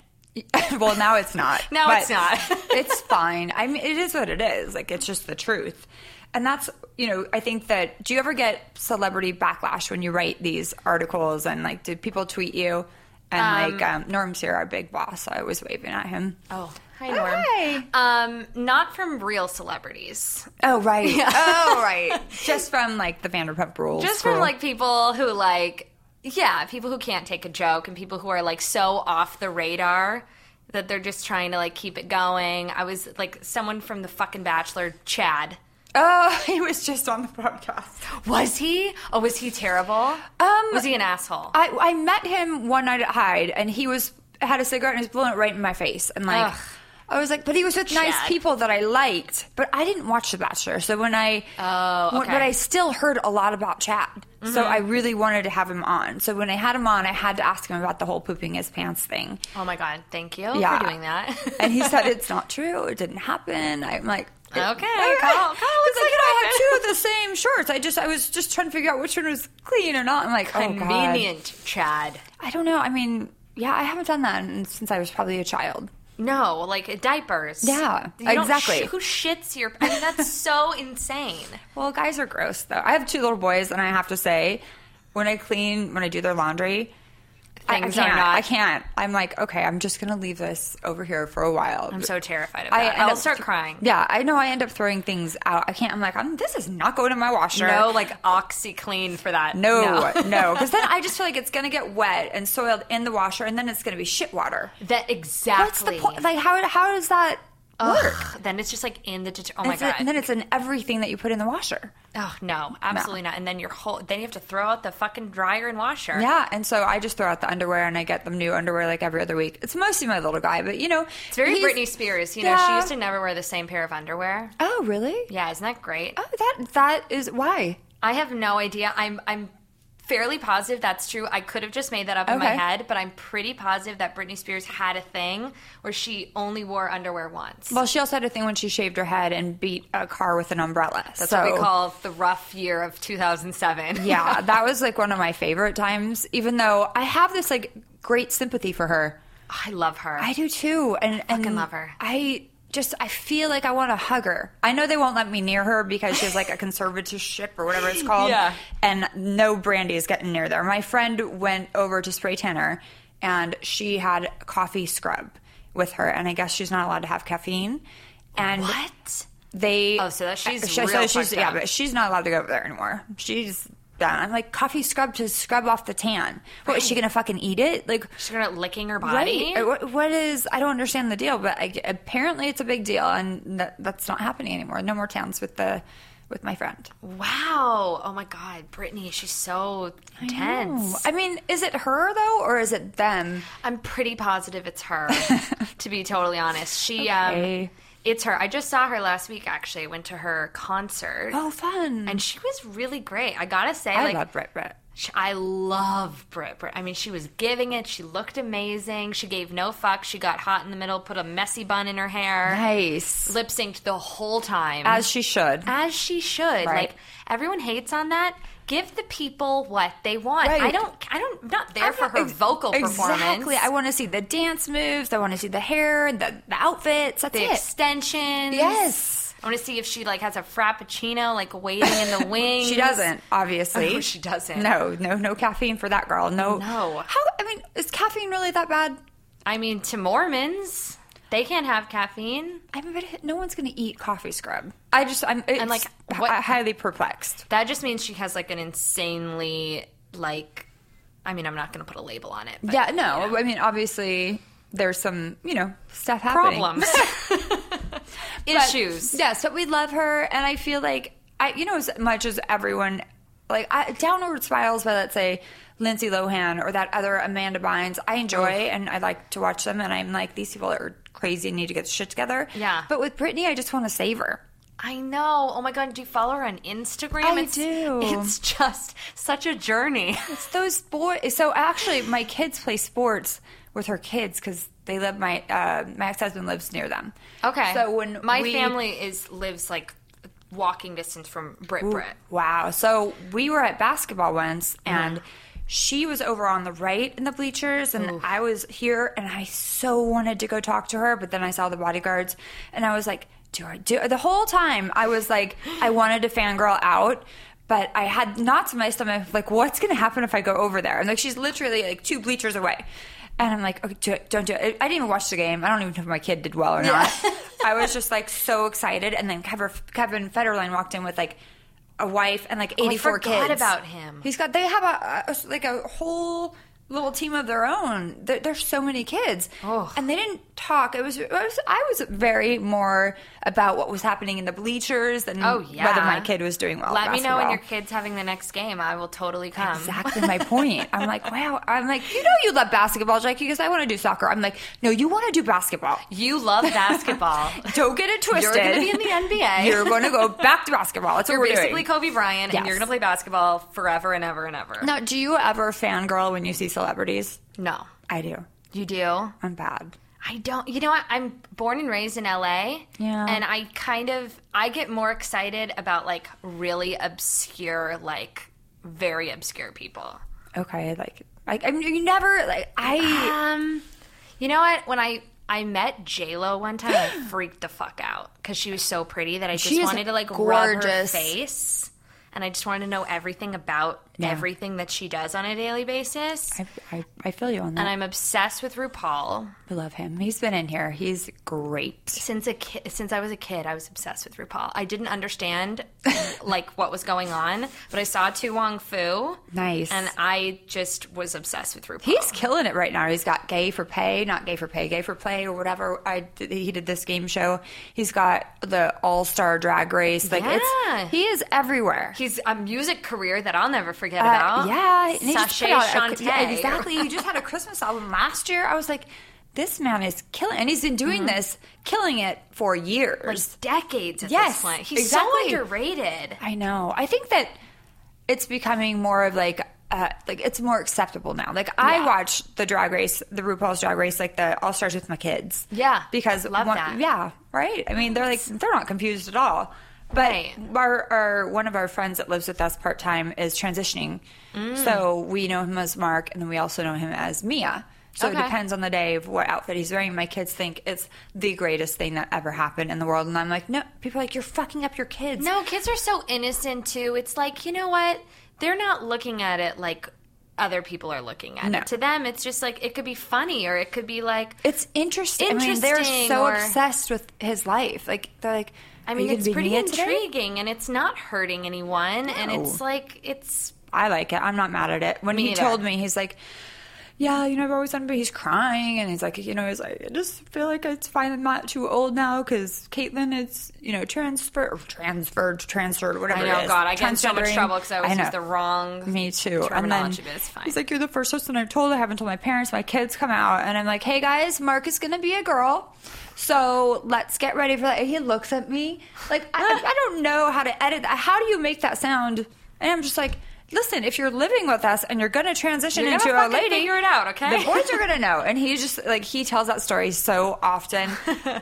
S5: well, now it's not.
S6: Now
S5: But
S6: it's not.
S5: it's fine. I mean, it is what it is. Like, it's just the truth. And that's, you know, I think that, do you ever get celebrity backlash when you write these articles and, like, do people tweet you? And, like, um, Norm's here, our big boss. So I was waving at him.
S6: Oh, hi, Norm.
S5: Hi.
S6: Um, not from real celebrities.
S5: Oh, right. Oh, right. Just from, like, the Vanderpump rules.
S6: Just
S5: crew.
S6: from like people who like yeah, people who can't take a joke and people who are like so off the radar that they're just trying to like keep it going. I was like someone from the fucking Bachelor, Chad.
S5: Oh, he was just on the podcast.
S6: Was he? Oh, was he terrible?
S5: Um,
S6: was he an asshole?
S5: I, I met him one night at Hyde, and he was had a cigarette and he was blowing it right in my face, and like
S6: Ugh.
S5: I was like, but he was with nice
S6: Chad.
S5: people that I liked, but I didn't watch The Bachelor, so when I oh,
S6: okay. Mm-hmm.
S5: but I still heard a lot about Chad, so I really wanted to have him on. So when I had him on, I had to ask him about the whole pooping his pants thing,
S6: oh my god, thank you
S5: Yeah.
S6: for doing that.
S5: and he said it's not true, it didn't happen. I'm like.
S6: Okay,
S5: all
S6: Kyle- Kyle
S5: it's
S6: looks
S5: like
S6: like
S5: you know, I
S6: it
S5: had two of the same shorts. I just, I was just trying to figure out which one was clean or not. I'm like, oh, God.
S6: Convenient, Chad.
S5: I don't know. I mean, yeah, I haven't done that in- since I was probably a child.
S6: No, like diapers.
S5: Yeah,
S6: You don't
S5: exactly.
S6: who shits your? I mean, that's so insane.
S5: Well, guys are gross though. I have two little boys, and I have to say, when I clean, when I do their laundry, I, I
S6: Things
S5: can't.
S6: are not-
S5: I can't. I'm like, okay, I'm just gonna leave this over here for a while.
S6: I'm so terrified of
S5: I
S6: that.
S5: end
S6: I, will
S5: up-
S6: start crying.
S5: Yeah, I know. I end up throwing things out. I can't. I'm like, I'm, this is not going in my washer.
S6: No, like OxyClean for that.
S5: No, no, because then I just feel like it's gonna get wet and soiled in the washer, and then it's gonna be shit water. What's
S6: That
S5: the
S6: exactly.
S5: point? Like, how how does that
S6: Ugh,
S5: work?
S6: Then it's just like in the deter- oh my
S5: It's in-
S6: god.
S5: and then it's in everything that you put in the washer.
S6: oh no, absolutely not. And then your whole then you have to throw out the fucking dryer and washer.
S5: Yeah, and so I just throw out the underwear and I get them new underwear like every other week. It's mostly my little guy, but you know,
S6: It's very
S5: he's-
S6: Britney Spears. You know, she
S5: Yeah.
S6: used to never wear the same pair of underwear.
S5: Oh, really?
S6: Yeah, isn't that great?
S5: Oh, that that is why.
S6: I have no idea. I'm I'm fairly positive that's true. I could have just made that up in my
S5: Okay.
S6: head, but I'm pretty positive that Britney Spears had a thing where she only wore underwear once.
S5: Well, she also had a thing when she shaved her head and beat a car with an umbrella.
S6: that's what we call the rough year of 2007.
S5: Yeah, that was like one of my favorite times. Even though I have this like great sympathy for her,
S6: I love her.
S5: I do too. And I
S6: fucking love her.
S5: I just I feel like I want to hug her. I know they won't let me near her because she has like a conservatorship or whatever it's called.
S6: Yeah.
S5: And no brandy is getting near there. My friend went over to spray tan her, and she had a coffee scrub with her, and I guess she's not allowed to have caffeine. And
S6: what?
S5: they
S6: Oh, so that- she's
S5: so
S6: real
S5: she's
S6: fucked
S5: yeah,
S6: up.
S5: but she's not allowed to go over there anymore. She's down. I'm like, coffee scrub to scrub off the tan. What is she gonna fucking eat it? Like,
S6: She's gonna licking her body.
S5: Right. Oh. What, what is? I don't understand the deal, but I, apparently it's a big deal, and that, that's not happening anymore. No more towns with the with my friend.
S6: Wow. Oh my God, Brittany, she's so
S5: Oh,
S6: tense.
S5: I mean, is it her though, or is it them?
S6: I'm pretty positive it's her. to be totally honest, she
S5: Okay.
S6: um, it's her. I just saw her last week. Actually, I went to her concert.
S5: Oh, fun.
S6: And she was really great. I gotta say,
S5: I
S6: like,
S5: love Brit Brit.
S6: She, I love Brit Brit. I mean, she was giving it. She looked amazing. She gave no fuck. She got hot in the middle, put a messy bun in her hair,
S5: Nice,
S6: lip synced the whole time.
S5: as she should.
S6: as she should.
S5: Right.
S6: Like everyone hates on that. Give the people what they want.
S5: Right.
S6: I don't. I don't. I'm not there
S5: I'm
S6: for
S5: not-
S6: her
S5: ex-
S6: vocal performance.
S5: Exactly. I want to see the dance moves. I want to see the hair, the, the outfits. That's
S6: the
S5: it.
S6: extensions.
S5: Yes.
S6: I want to see if she like has a frappuccino like waiting in the wings.
S5: She doesn't, obviously.
S6: No, Oh, she doesn't.
S5: No, no, no caffeine for that girl. No.
S6: No.
S5: How? I mean, is caffeine really that bad?
S6: I mean, to Mormons, they can't have caffeine.
S5: I mean, but it- no one's going to eat coffee scrub. I just, I'm it's
S6: like,
S5: h-
S6: what-
S5: highly perplexed.
S6: That just means she has like an insanely like. I mean, I'm not going to put a label on it. But
S5: yeah, no. I mean, obviously, there's some, you know, stuff happening.
S6: Problems,
S5: But-
S6: issues.
S5: Yes, but we love her, and I feel like I, you know, as much as everyone, like I, Downward Spirals by let's say Lindsay Lohan or that other Amanda Bynes, I enjoy and I like to watch them, and I'm like these people are crazy and need to get their shit together.
S6: Yeah.
S5: but with Britney, I just want to save her.
S6: I know. Oh my god, do you follow her on Instagram?
S5: I
S6: it's,
S5: do.
S6: It's just such a journey.
S5: It's those boys. So actually, my kids play sports with her kids because they live my uh, my ex husband lives near them.
S6: Okay.
S5: So when
S6: my
S5: we-
S6: family is lives like walking distance from Brit Brit.
S5: Wow. So we were at basketball once and she was over on the right in the bleachers and I was here and I so wanted to go talk to her, but then I saw the bodyguards and I was like, do I do the whole time I was like I wanted to fangirl out. But I had knots in my stomach. Like, what's going to happen if I go over there? I'm like, she's literally like two bleachers away, and I'm like, okay, do it, don't do it. I didn't even watch the game. I don't even know if my kid did well or not. I was just like so excited. And then Kevin, Kevin Federline walked in with like a wife and like 84
S6: forgot
S5: kids.
S6: Oh, about him.
S5: He's got they have a, a like a whole little team of their own. There, there's so many kids.
S6: Oh.
S5: And they didn't talk. It was, it was I was very more about what was happening in the bleachers than
S6: Oh, yeah.
S5: whether my kid was doing well. at
S6: Let me know when
S5: Oh, basketball.
S6: your kid's having the next game. I will totally come.
S5: Exactly my point. I'm like, wow. I'm like, you know, you love basketball, Jackie, because I want to do soccer. I'm like, no, you want to do basketball.
S6: You love basketball.
S5: Don't get it twisted.
S6: You're going to be in the NBA.
S5: You're going to go back to basketball. That's what
S6: You're
S5: we're
S6: basically
S5: doing.
S6: Kobe Bryant,
S5: Yes.
S6: and you're going to play basketball forever and ever and ever.
S5: now, do you ever fangirl when you see celebrities?
S6: no.
S5: I do.
S6: You do?
S5: I'm bad.
S6: I don't. You know, what? I'm born and raised in LA.
S5: Yeah.
S6: And I kind of I get more excited about like really obscure, like very obscure people.
S5: Okay, like, like I mean, you never like I.
S6: Um, you know what? When I I met J Lo one time, I freaked the fuck out because she was so pretty that I just
S5: She is
S6: wanted to like rub her
S5: gorgeous.
S6: face, and I just wanted to know everything about
S5: Yeah.
S6: everything that she does on a daily basis.
S5: I, I, I feel you on
S6: and
S5: that.
S6: I'm obsessed with RuPaul.
S5: I love him. He's been in here. He's great.
S6: since a ki- since I was a kid, I was obsessed with RuPaul. I didn't understand like what was going on, but I saw Tu Wong Fu,
S5: Nice.
S6: and I just was obsessed with RuPaul.
S5: He's killing it right now. He's got gay for pay, not gay for pay, gay for play or whatever. I did- he did this game show. He's got the All Star Drag Race. Like
S6: Yeah.
S5: it's he is everywhere.
S6: He's a music career that I'll never forget
S5: Uh,
S6: about.
S5: yeah, and he just put
S6: Sashay
S5: out
S6: Shantae.
S5: a- yeah, exactly. He just had a Christmas album last year. I was like, this man is killing, and he's been doing
S6: Mm-hmm.
S5: this, killing it for years.
S6: Like decades at
S5: Yes,
S6: this point. He's so
S5: exactly.
S6: underrated.
S5: I know. I think that it's becoming more of like uh, like it's more acceptable now. Like I watch the drag race, the RuPaul's drag race, like the All Stars with my kids.
S6: Yeah.
S5: because
S6: Love
S5: one-
S6: that.
S5: Yeah, right. I mean, they're like they're not confused at all. But
S6: Right.
S5: our, our one of our friends that lives with us part time is transitioning,
S6: Mm.
S5: so we know him as Mark, and then we also know him as Mia. So it
S6: Okay.
S5: depends on the day of what outfit he's wearing. My kids think it's the greatest thing that ever happened in the world, and I'm like, no. People are like, you're fucking up your kids.
S6: No, kids are so innocent too. It's like, you know what? They're not looking at it like other people are looking at
S5: No.
S6: it. To them, it's just like it could be funny or it could be like
S5: It's interesting. I mean, they're
S6: Interesting,
S5: so
S6: or-
S5: obsessed with his life. Like they're like,
S6: I
S5: "Are
S6: mean,
S5: you
S6: it's
S5: gonna be
S6: pretty
S5: Nia today?"
S6: intriguing and it's not hurting anyone. And
S5: No.
S6: it's like, it's,
S5: I like it. I'm not mad at it. When
S6: Me
S5: he
S6: either.
S5: told me, he's like, yeah, you know, I've always wanted, but he's crying, and he's like, you know, he's like, I just feel like it's fine. I'm not too old now because Caitlyn is, you know, transfer, or transferred, transferred, whatever.
S6: I
S5: it
S6: know,
S5: is.
S6: God, I get in so much
S5: Transgendering.
S6: trouble because I always
S5: know.
S6: use the wrong
S5: Me too. And then
S6: terminology, but it's fine.
S5: he's like, "You're the first person I've told. I haven't told my parents. My kids come out, and I'm like, hey guys, Mark is gonna be a girl, so let's get ready for that." And he looks at me like I, I don't know how to edit. that. How do you make that sound? And I'm just like. Listen, if you're living with us and you're gonna transition
S6: You're
S5: into
S6: gonna
S5: a
S6: fucking
S5: lady,
S6: figure it out, okay?
S5: The boys are gonna know, and he's just like he tells that story so often.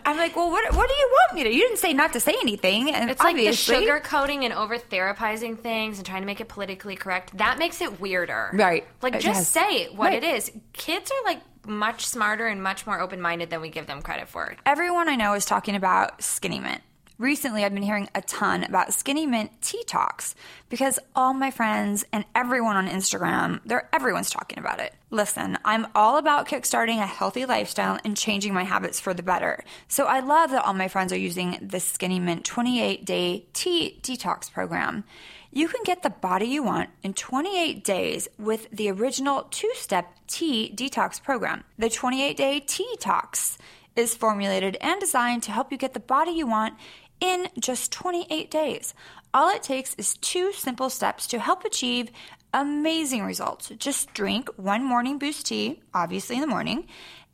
S5: I'm like, well, what, what do you want me to? You didn't say not to say anything, and
S6: It's
S5: obviously,
S6: like the sugar coating and over therapizing things and trying to make it politically correct. That makes it weirder.
S5: Right.
S6: Like
S5: It
S6: just
S5: does.
S6: say what
S5: Right.
S6: it is. Kids are like much smarter and much more open minded than we give them credit for.
S5: everyone I know is talking about skinny mint. Recently, I've been hearing a ton about skinny mint tea talks because all my friends and everyone on Instagram, they're everyone's talking about it. Listen, I'm all about kickstarting a healthy lifestyle and changing my habits for the better. So I love that all my friends are using this skinny mint 28 day tea detox program. You can get the body you want in 28 days with the original two step tea detox program. The 28 day tea tox is formulated and designed to help you get the body you want in just 28 days. All it takes is two simple steps to help achieve amazing results. Just drink one morning boost tea, obviously in the morning,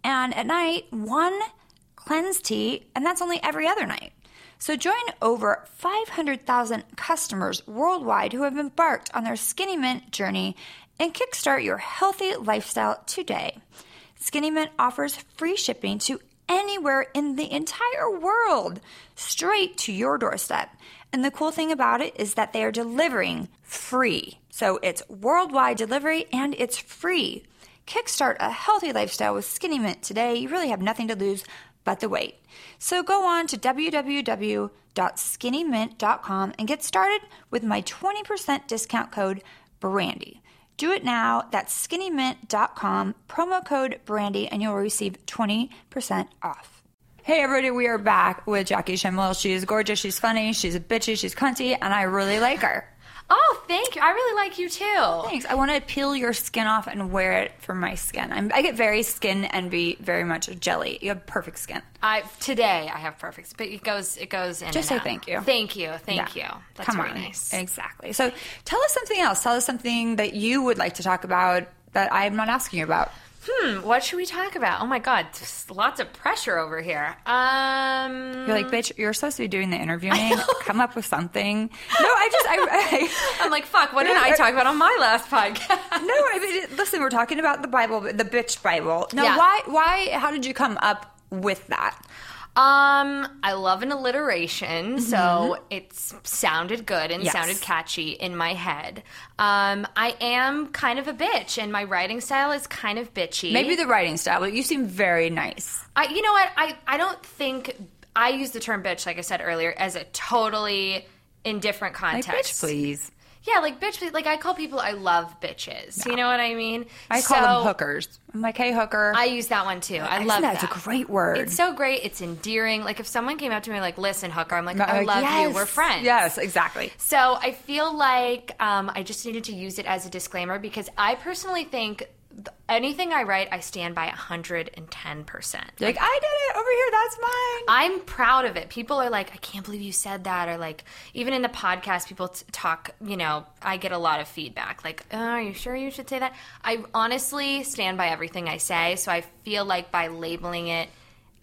S5: and at night, one cleanse tea, and that's only every other night. So join over 500,000 customers worldwide who have embarked on their Skinny Mint journey and kickstart your healthy lifestyle today. Skinny Mint offers free shipping to anywhere in the entire world, straight to your doorstep. And the cool thing about it is that they are delivering free. So it's worldwide delivery and it's free. Kickstart a healthy lifestyle with Skinny Mint today. You really have nothing to lose but the weight. So go on to www.skinnymint.com and get started with my 20% discount code BRANDY. Do it now. That's skinnymint.com, promo code BRANDY, and you'll receive 20% off. Hey everybody, we are back with Jackie Schimmel. She is gorgeous, she's funny, she's a bitchy, she's cunty, and I really like her.
S6: Oh, thank you. I really like you too.
S5: Thanks. I want to peel your skin off and wear it for my skin. I'm, I get very skin envy, very much jelly. You have perfect skin.
S6: I today I have perfect but it goes it goes in.
S5: Just say
S6: and out.
S5: thank you.
S6: Thank you. Thank
S5: Yeah.
S6: you. That's
S5: Come
S6: really
S5: on.
S6: nice.
S5: Exactly. So tell us something else. Tell us something that you would like to talk about that I'm not asking you about.
S6: Hmm, what should we talk about? Oh my god, just lots of pressure over here. Um
S5: You're like, bitch, you're supposed to be doing the interviewing. Come up with something. No, I just, I, I
S6: I'm like, fuck, what did I talk about on my last podcast?
S5: no, I mean, listen, we're talking about the Bible, the bitch Bible. Now,
S6: Yeah.
S5: why, why, how did you come up with that?
S6: Um, I love an alliteration, so it sounded good and
S5: Mm-hmm. Yes.
S6: sounded catchy in my head. Um, I am kind of a bitch, and my writing style is kind of bitchy.
S5: Maybe the writing style, but you seem very nice.
S6: I, you know what? I, I don't think I use the term bitch, like I said earlier, as a totally indifferent
S5: Like,
S6: context.
S5: bitch, please.
S6: Yeah, like bitch, please. like I call people I love bitches. You know what I mean?
S5: I call them
S6: So,
S5: hookers. I'm like, hey, hooker.
S6: I use that one too. I
S5: Isn't
S6: love
S5: that.
S6: that.
S5: That's a great word.
S6: It's so great. It's endearing. Like if someone came up to me like, "Listen, hooker," I'm like,
S5: I'm
S6: "I
S5: like,
S6: love you.
S5: yes,
S6: We're friends."
S5: Yes, exactly.
S6: So I feel like um, I just needed to use it as a disclaimer because I personally think th- anything I write, I stand by 110 percent.
S5: You're like, I did it over here. That's mine.
S6: I'm proud of it. People are like, I can't believe you said that. Or like, even in the podcast, people t- talk, you know, I get a lot of feedback. Like, oh, are you sure you should say that? I honestly stand by everything I say. So I feel like by labeling it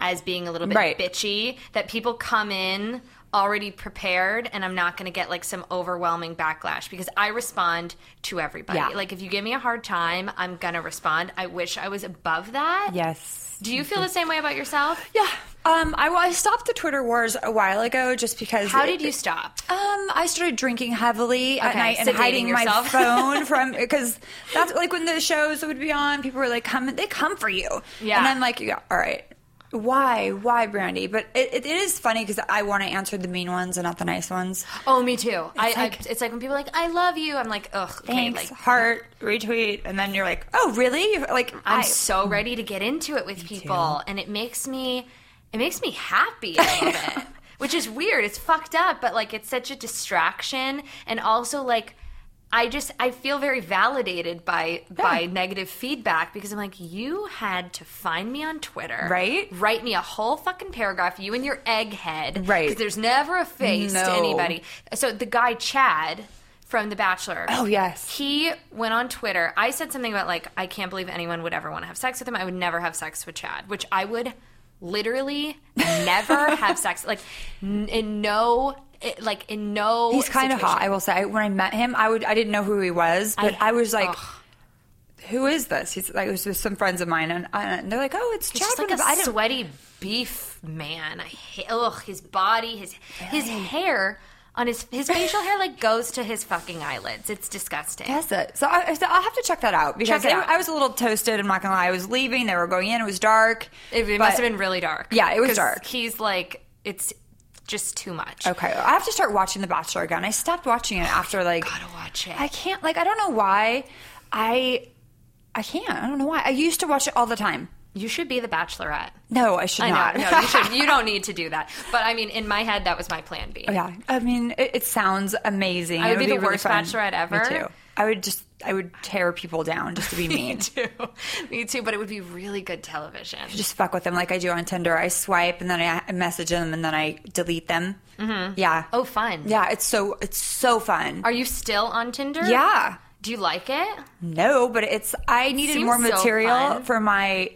S6: as being a little bit
S5: Right.
S6: bitchy, that people come in already prepared and I'm not going to get like some overwhelming backlash because I respond to everybody.
S5: Yeah.
S6: Like, if you give me a hard time, I'm going to respond. I wish I was above that.
S5: Yes.
S6: Do you feel the same way about yourself?
S5: Yeah. Um, I, well, I stopped the Twitter wars a while ago just because.
S6: How
S5: it-
S6: did you stop?
S5: Um, I started drinking heavily at
S6: Okay,
S5: night and
S6: sedating
S5: hiding
S6: yourself.
S5: my phone from because that's like when the shows would be on. People were like, "Come, they come for you."
S6: Yeah.
S5: and I'm like, "Yeah, all right." Why, why, Brandy? But it, it, it is funny because I want to answer the mean ones and not the nice ones.
S6: Oh, me too. It's, I,
S5: like-
S6: I, it's like when people are like, I love you. I'm like, ugh, okay,
S5: Thanks,
S6: like,
S5: heart, retweet, and then you're like, "Oh, really?" You're Like,
S6: I'm
S5: I-
S6: so ready to get into it with people. And it makes me, it makes me happy a little bit, which is weird. It's fucked up, but like, it's such a distraction. And also, like, I just I feel very validated by by negative feedback because I'm like you had to find me on Twitter,
S5: Right?
S6: Write me a whole fucking paragraph, you and your egghead,
S5: Right.
S6: Because there's never a face to
S5: No.
S6: anybody. So the guy Chad from The Bachelor,
S5: Oh, yes.
S6: he went on Twitter. I said something about like I can't believe anyone would ever want to have sex with him. I would never have sex with Chad, which I would literally never have sex like n- in no it- like in no
S5: He's kind of hot,
S6: situation.
S5: I will say. I- When I met him, I would I didn't know who he was, but I, was like,
S6: ugh.
S5: "Who is this?" He's like, "It was with some friends of mine," and, and they're like, "Oh, it's
S6: He's
S5: Chad."
S6: just
S5: from
S6: like a
S5: the- I didn't-
S6: sweaty beef man. I hate, ugh, his body, his his hair on his his facial hair like goes to his fucking eyelids. It's disgusting.
S5: That's it. So, I, so I'll have to check that out because
S6: Check it
S5: I-
S6: out.
S5: I was a little toasted. I'm not gonna lie. I was leaving. They were going in. It was dark.
S6: It, it
S5: but-
S6: must have been really dark.
S5: Yeah, it was
S6: 'Cause
S5: dark.
S6: He's like, it's just too much.
S5: Okay, I have to start watching The Bachelor again. I stopped watching
S6: Oh
S5: it after like
S6: Gotta watch it.
S5: I can't like I don't know why I I can't. I don't know why. I used to watch it all the time.
S6: you should be the Bachelorette.
S5: No, I should
S6: I
S5: not.
S6: know. No, you should. You don't need to do that. But I mean, in my head, that was my plan B.
S5: Oh, yeah, I mean, it, it sounds amazing.
S6: I would
S5: It
S6: be the
S5: really
S6: worst
S5: fun.
S6: Bachelorette ever.
S5: Me too. I would just I would tear people down just to be mean.
S6: too. Me too. But it would be really good television.
S5: just fuck with them like I do on Tinder. I swipe and then I I message them and then I delete them. Mm-hmm. Yeah.
S6: oh, fun.
S5: Yeah, it's so it's so fun.
S6: Are you still on Tinder?
S5: yeah.
S6: Do you like it?
S5: No, but it's I needed
S6: Seems
S5: more
S6: so
S5: material
S6: fun.
S5: for my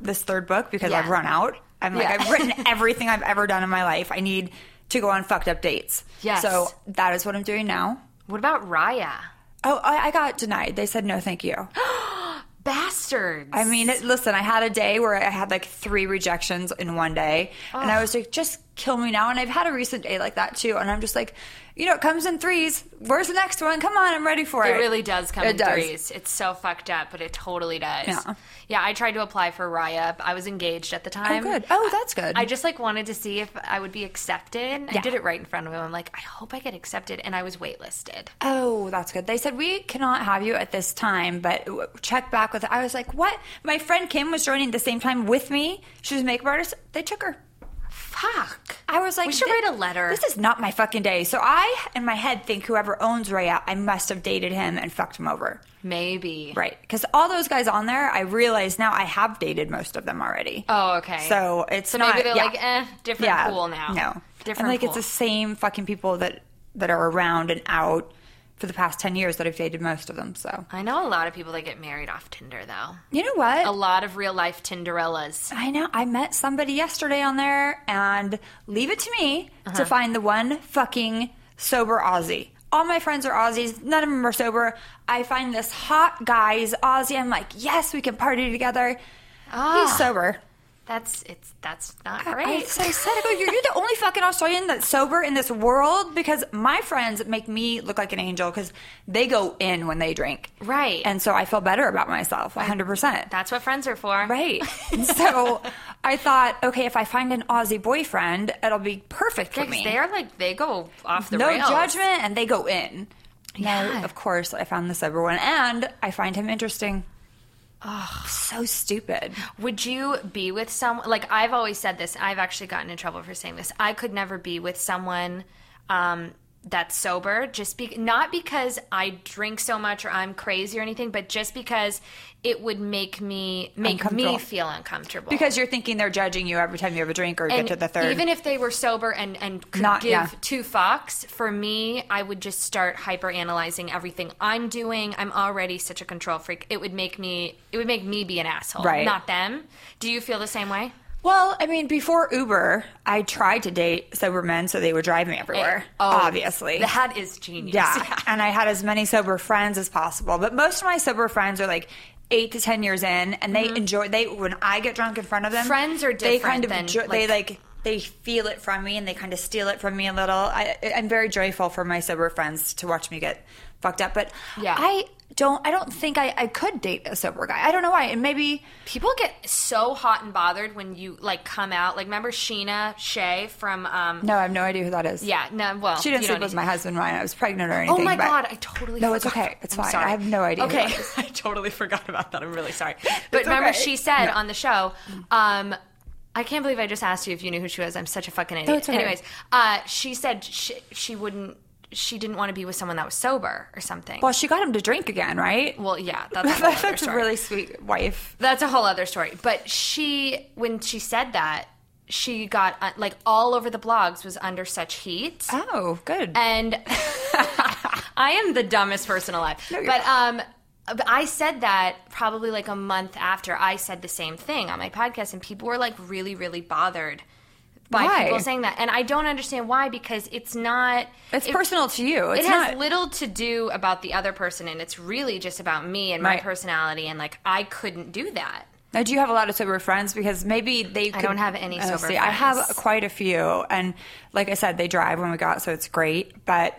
S5: this third book because
S6: Yeah.
S5: I've run out. I'm like
S6: Yeah.
S5: I've written everything I've ever done in my life. I need to go on fucked up dates.
S6: Yes.
S5: So that is what I'm doing now.
S6: What about Raya?
S5: Oh, I, I got denied. They said no, thank you.
S6: Bastards.
S5: I mean, it- listen, I had a day where I had like three rejections in one day, and I was like, just kill me now. And I've had a recent day like that too, and I'm just like, you know, it comes in threes. Where's the next one? Come on, I'm ready for it.
S6: It really does come
S5: It
S6: in
S5: does.
S6: threes. It's so fucked up, but it totally does.
S5: Yeah.
S6: Yeah, I tried to apply for Raya. but I was engaged at the time.
S5: good. Oh, that's good.
S6: I just like wanted to see if I would be accepted. I
S5: Yeah.
S6: did it right in front of him. I'm like, I hope I get accepted, and I was waitlisted.
S5: Oh, that's good. They said we cannot have you at this time, but w- check back with. I was like, what? My friend Kim was joining at the same time with me. She was a makeup artist. They took her.
S6: Fuck.
S5: I was like,
S6: we should
S5: "Th-
S6: write a letter.
S5: This is not my fucking day. So I, in my head, think whoever owns Raya, I must have dated him and fucked him over,
S6: maybe
S5: right? Because all those guys on there, I realize now I have dated most of them already.
S6: Oh, okay.
S5: So it's
S6: So
S5: not.
S6: maybe they're
S5: yeah.
S6: like, eh, different pool now.
S5: No,
S6: Different
S5: And like it's
S6: pool.
S5: the same fucking people that that are around and out for the past ten years that I've dated most of them. So
S6: I know a lot of people that get married off Tinder though.
S5: you know
S6: A
S5: what?
S6: lot of real life Tinderellas.
S5: I know I met somebody yesterday on there, and leave it to me
S6: Uh-huh.
S5: to find the one fucking sober Aussie. All my friends are Aussies. None of them are sober. I find this hot guy. He's Aussie. I'm like, yes, we can party together.
S6: Ah.
S5: He's sober.
S6: That's it's that's not
S5: I,
S6: great.
S5: so I said, I go, you're, you're the only fucking Australian that's sober in this world because my friends make me look like an angel because they go in when they drink.
S6: Right.
S5: And so I feel better about myself, 100%.
S6: that's what friends are for.
S5: Right. And so I thought, okay, if I find an Aussie boyfriend, it'll be perfect for
S6: Yeah, 'cause
S5: me.
S6: they are like they go off the
S5: no
S6: rails.
S5: judgment, and they go in.
S6: Yeah.
S5: Now, of course, I found the sober one, and I find him interesting. Oh, so stupid.
S6: Would you be with someone? Like I've always said this. I've actually gotten in trouble for saying this. I could never be with someone um, that's sober. Just be not because I drink so much or I'm crazy or anything, but just because it would make me make me
S5: Uncomfortable.
S6: feel uncomfortable.
S5: Because you're thinking they're judging you every time you have a drink or get
S6: and
S5: to the third.
S6: even if they were sober and and could
S5: Not-
S6: give
S5: yeah.
S6: two fucks, for me, I would just start hyper analyzing everything I'm doing. I'm already such a control freak. It would make me it would make me be an asshole,
S5: Right.
S6: not them. Do you feel the same way?
S5: Well, I mean, before Uber, I tried to date sober men so they would drive me everywhere. obviously.
S6: Eh, oh, That is genius.
S5: yeah. and I had as many sober friends as possible. But most of my sober friends are like eight to 10 years in, and they enjoy, they, when I get drunk in front of them,
S6: Mm-hmm. Friends are
S5: They kind
S6: different
S5: of,
S6: than,
S5: enjoy- they
S6: like-
S5: like, they feel it from me and they kind of steal it from me a little. I, I'm very joyful for my sober friends to watch me get fucked up. But
S6: Yeah.
S5: I don't, I don't think I, I could date a sober guy. I don't know why. And maybe,
S6: People get so hot and bothered when you like come out. Like remember Sheena Shea from um
S5: no, I have no idea who that is.
S6: yeah, no, well,
S5: She didn't
S6: you
S5: sleep
S6: don't
S5: with
S6: need-
S5: my husband Ryan. I was pregnant or anything.
S6: Oh my
S5: but-
S6: god, I totally
S5: No,
S6: forgot.
S5: it's okay. It's
S6: I'm
S5: fine.
S6: sorry.
S5: I have no idea. who
S6: Okay.
S5: it is.
S6: I totally forgot about that. I'm really sorry. But remember
S5: okay.
S6: she said on the show, um I can't believe I just asked you if you knew who she was. I'm such a fucking idiot.
S5: it's okay.
S6: Anyways, uh she said she, she wouldn't she didn't want to be with someone that was sober or something.
S5: Well, she got him to drink again, right?
S6: Well, yeah, that's a whole other
S5: That's a
S6: story.
S5: really sweet wife.
S6: that's a whole other story. But she, when she said that, she got uh, like all over the blogs was under such heat.
S5: Oh, good.
S6: and I am the dumbest person alive.
S5: you're
S6: but um, but I said that probably like a month after I said the same thing on my podcast, and people were like really, really bothered by
S5: Why?
S6: people saying that, and I don't understand why because it's not
S5: it's
S6: it-
S5: personal to you. It's
S6: it
S5: not.
S6: has little to do about the other person, and it's really just about me and my
S5: Right.
S6: personality, and like I couldn't do that.
S5: Now, do you have a lot of sober friends? Because maybe they. Could,
S6: don't have any
S5: Oh,
S6: sober
S5: see, I have
S6: friends.
S5: quite a few, and like I said, they drive when we go out, so it's great. But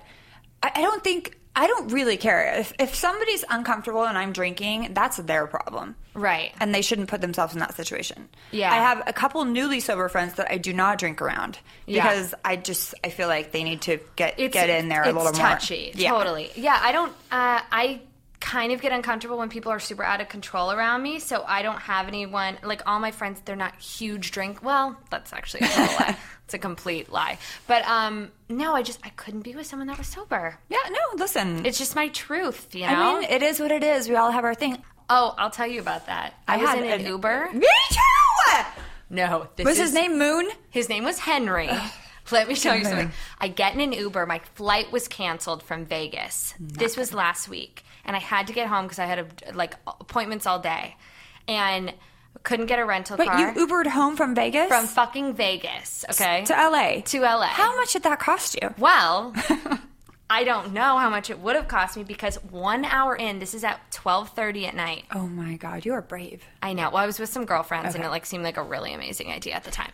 S5: I, I don't think I don't really care if if somebody's uncomfortable and I'm drinking. That's their problem,
S6: Right.
S5: And they shouldn't put themselves in that situation.
S6: Yeah.
S5: I have a couple newly sober friends that I do not drink around
S6: Yeah.
S5: because I just I feel like they need to get get in there a
S6: it's
S5: little
S6: touchy,
S5: more. Yeah.
S6: Totally. Yeah, I don't. Uh, I kind of get uncomfortable when people are super out of control around me, so I don't have anyone. Like all my friends, they're not huge drink. Well, that's actually a total lie. It's a complete lie. But um, no, I just I couldn't be with someone that was sober.
S5: Yeah. No. Listen.
S6: It's just my truth, you know.
S5: I mean, it is what it is. We all have our thing.
S6: oh, I'll tell you about that. I, was
S5: had
S6: in an, Uber.
S5: Me too.
S6: No, this
S5: Was
S6: is
S5: his name Moon?
S6: His name was Henry. Let me tell you something. I get in an Uber. My flight was canceled from Vegas. This was last week, and I had to get home because I had a, like appointments all day, and couldn't get a rental
S5: Wait,
S6: car
S5: you Ubered home from Vegas?
S6: from fucking Vegas. Okay,
S5: to LA.
S6: to LA.
S5: How much did that cost you?
S6: Well, I don't know how much it would have cost me because one hour in, this is at twelve thirty at night.
S5: Oh my god, you are brave.
S6: I know. Well, I was with some girlfriends, and it like seemed like a really amazing idea at the time.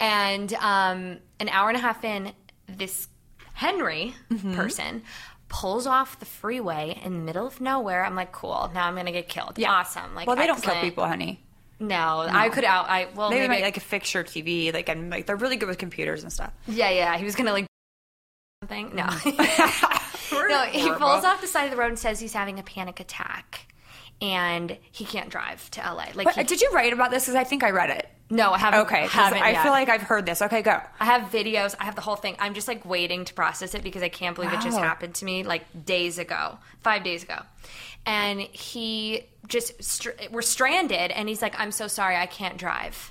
S6: And um, an hour and a half in, this Henry
S5: Mm-hmm.
S6: person pulls off the freeway in the middle of nowhere. I'm like, cool. Now I'm gonna get killed. Awesome. Like,
S5: well, they don't kill
S6: excellent.
S5: people, honey.
S6: No, I could out. I well,
S5: They
S6: maybe,
S5: might
S6: I-
S5: like fix your TV, like and like they're really good with computers and stuff.
S6: yeah, yeah. He was gonna like something. No. no, he
S5: Mm. horrible.
S6: pulls off the side of the road and says he's having a panic attack, and he can't drive to LA. Like,
S5: But uh,
S6: he,
S5: did you write about this? Because I think I read it.
S6: no, I haven't.
S5: Okay, 'cause
S6: haven't
S5: I
S6: yet.
S5: feel like I've heard this. Okay, go.
S6: I have videos. I have the whole thing. I'm just like waiting to process it because I can't believe it just
S5: Wow.
S6: happened to me like days ago, five days ago. And he just, str- we're stranded. And he's like, I'm so sorry, I can't drive.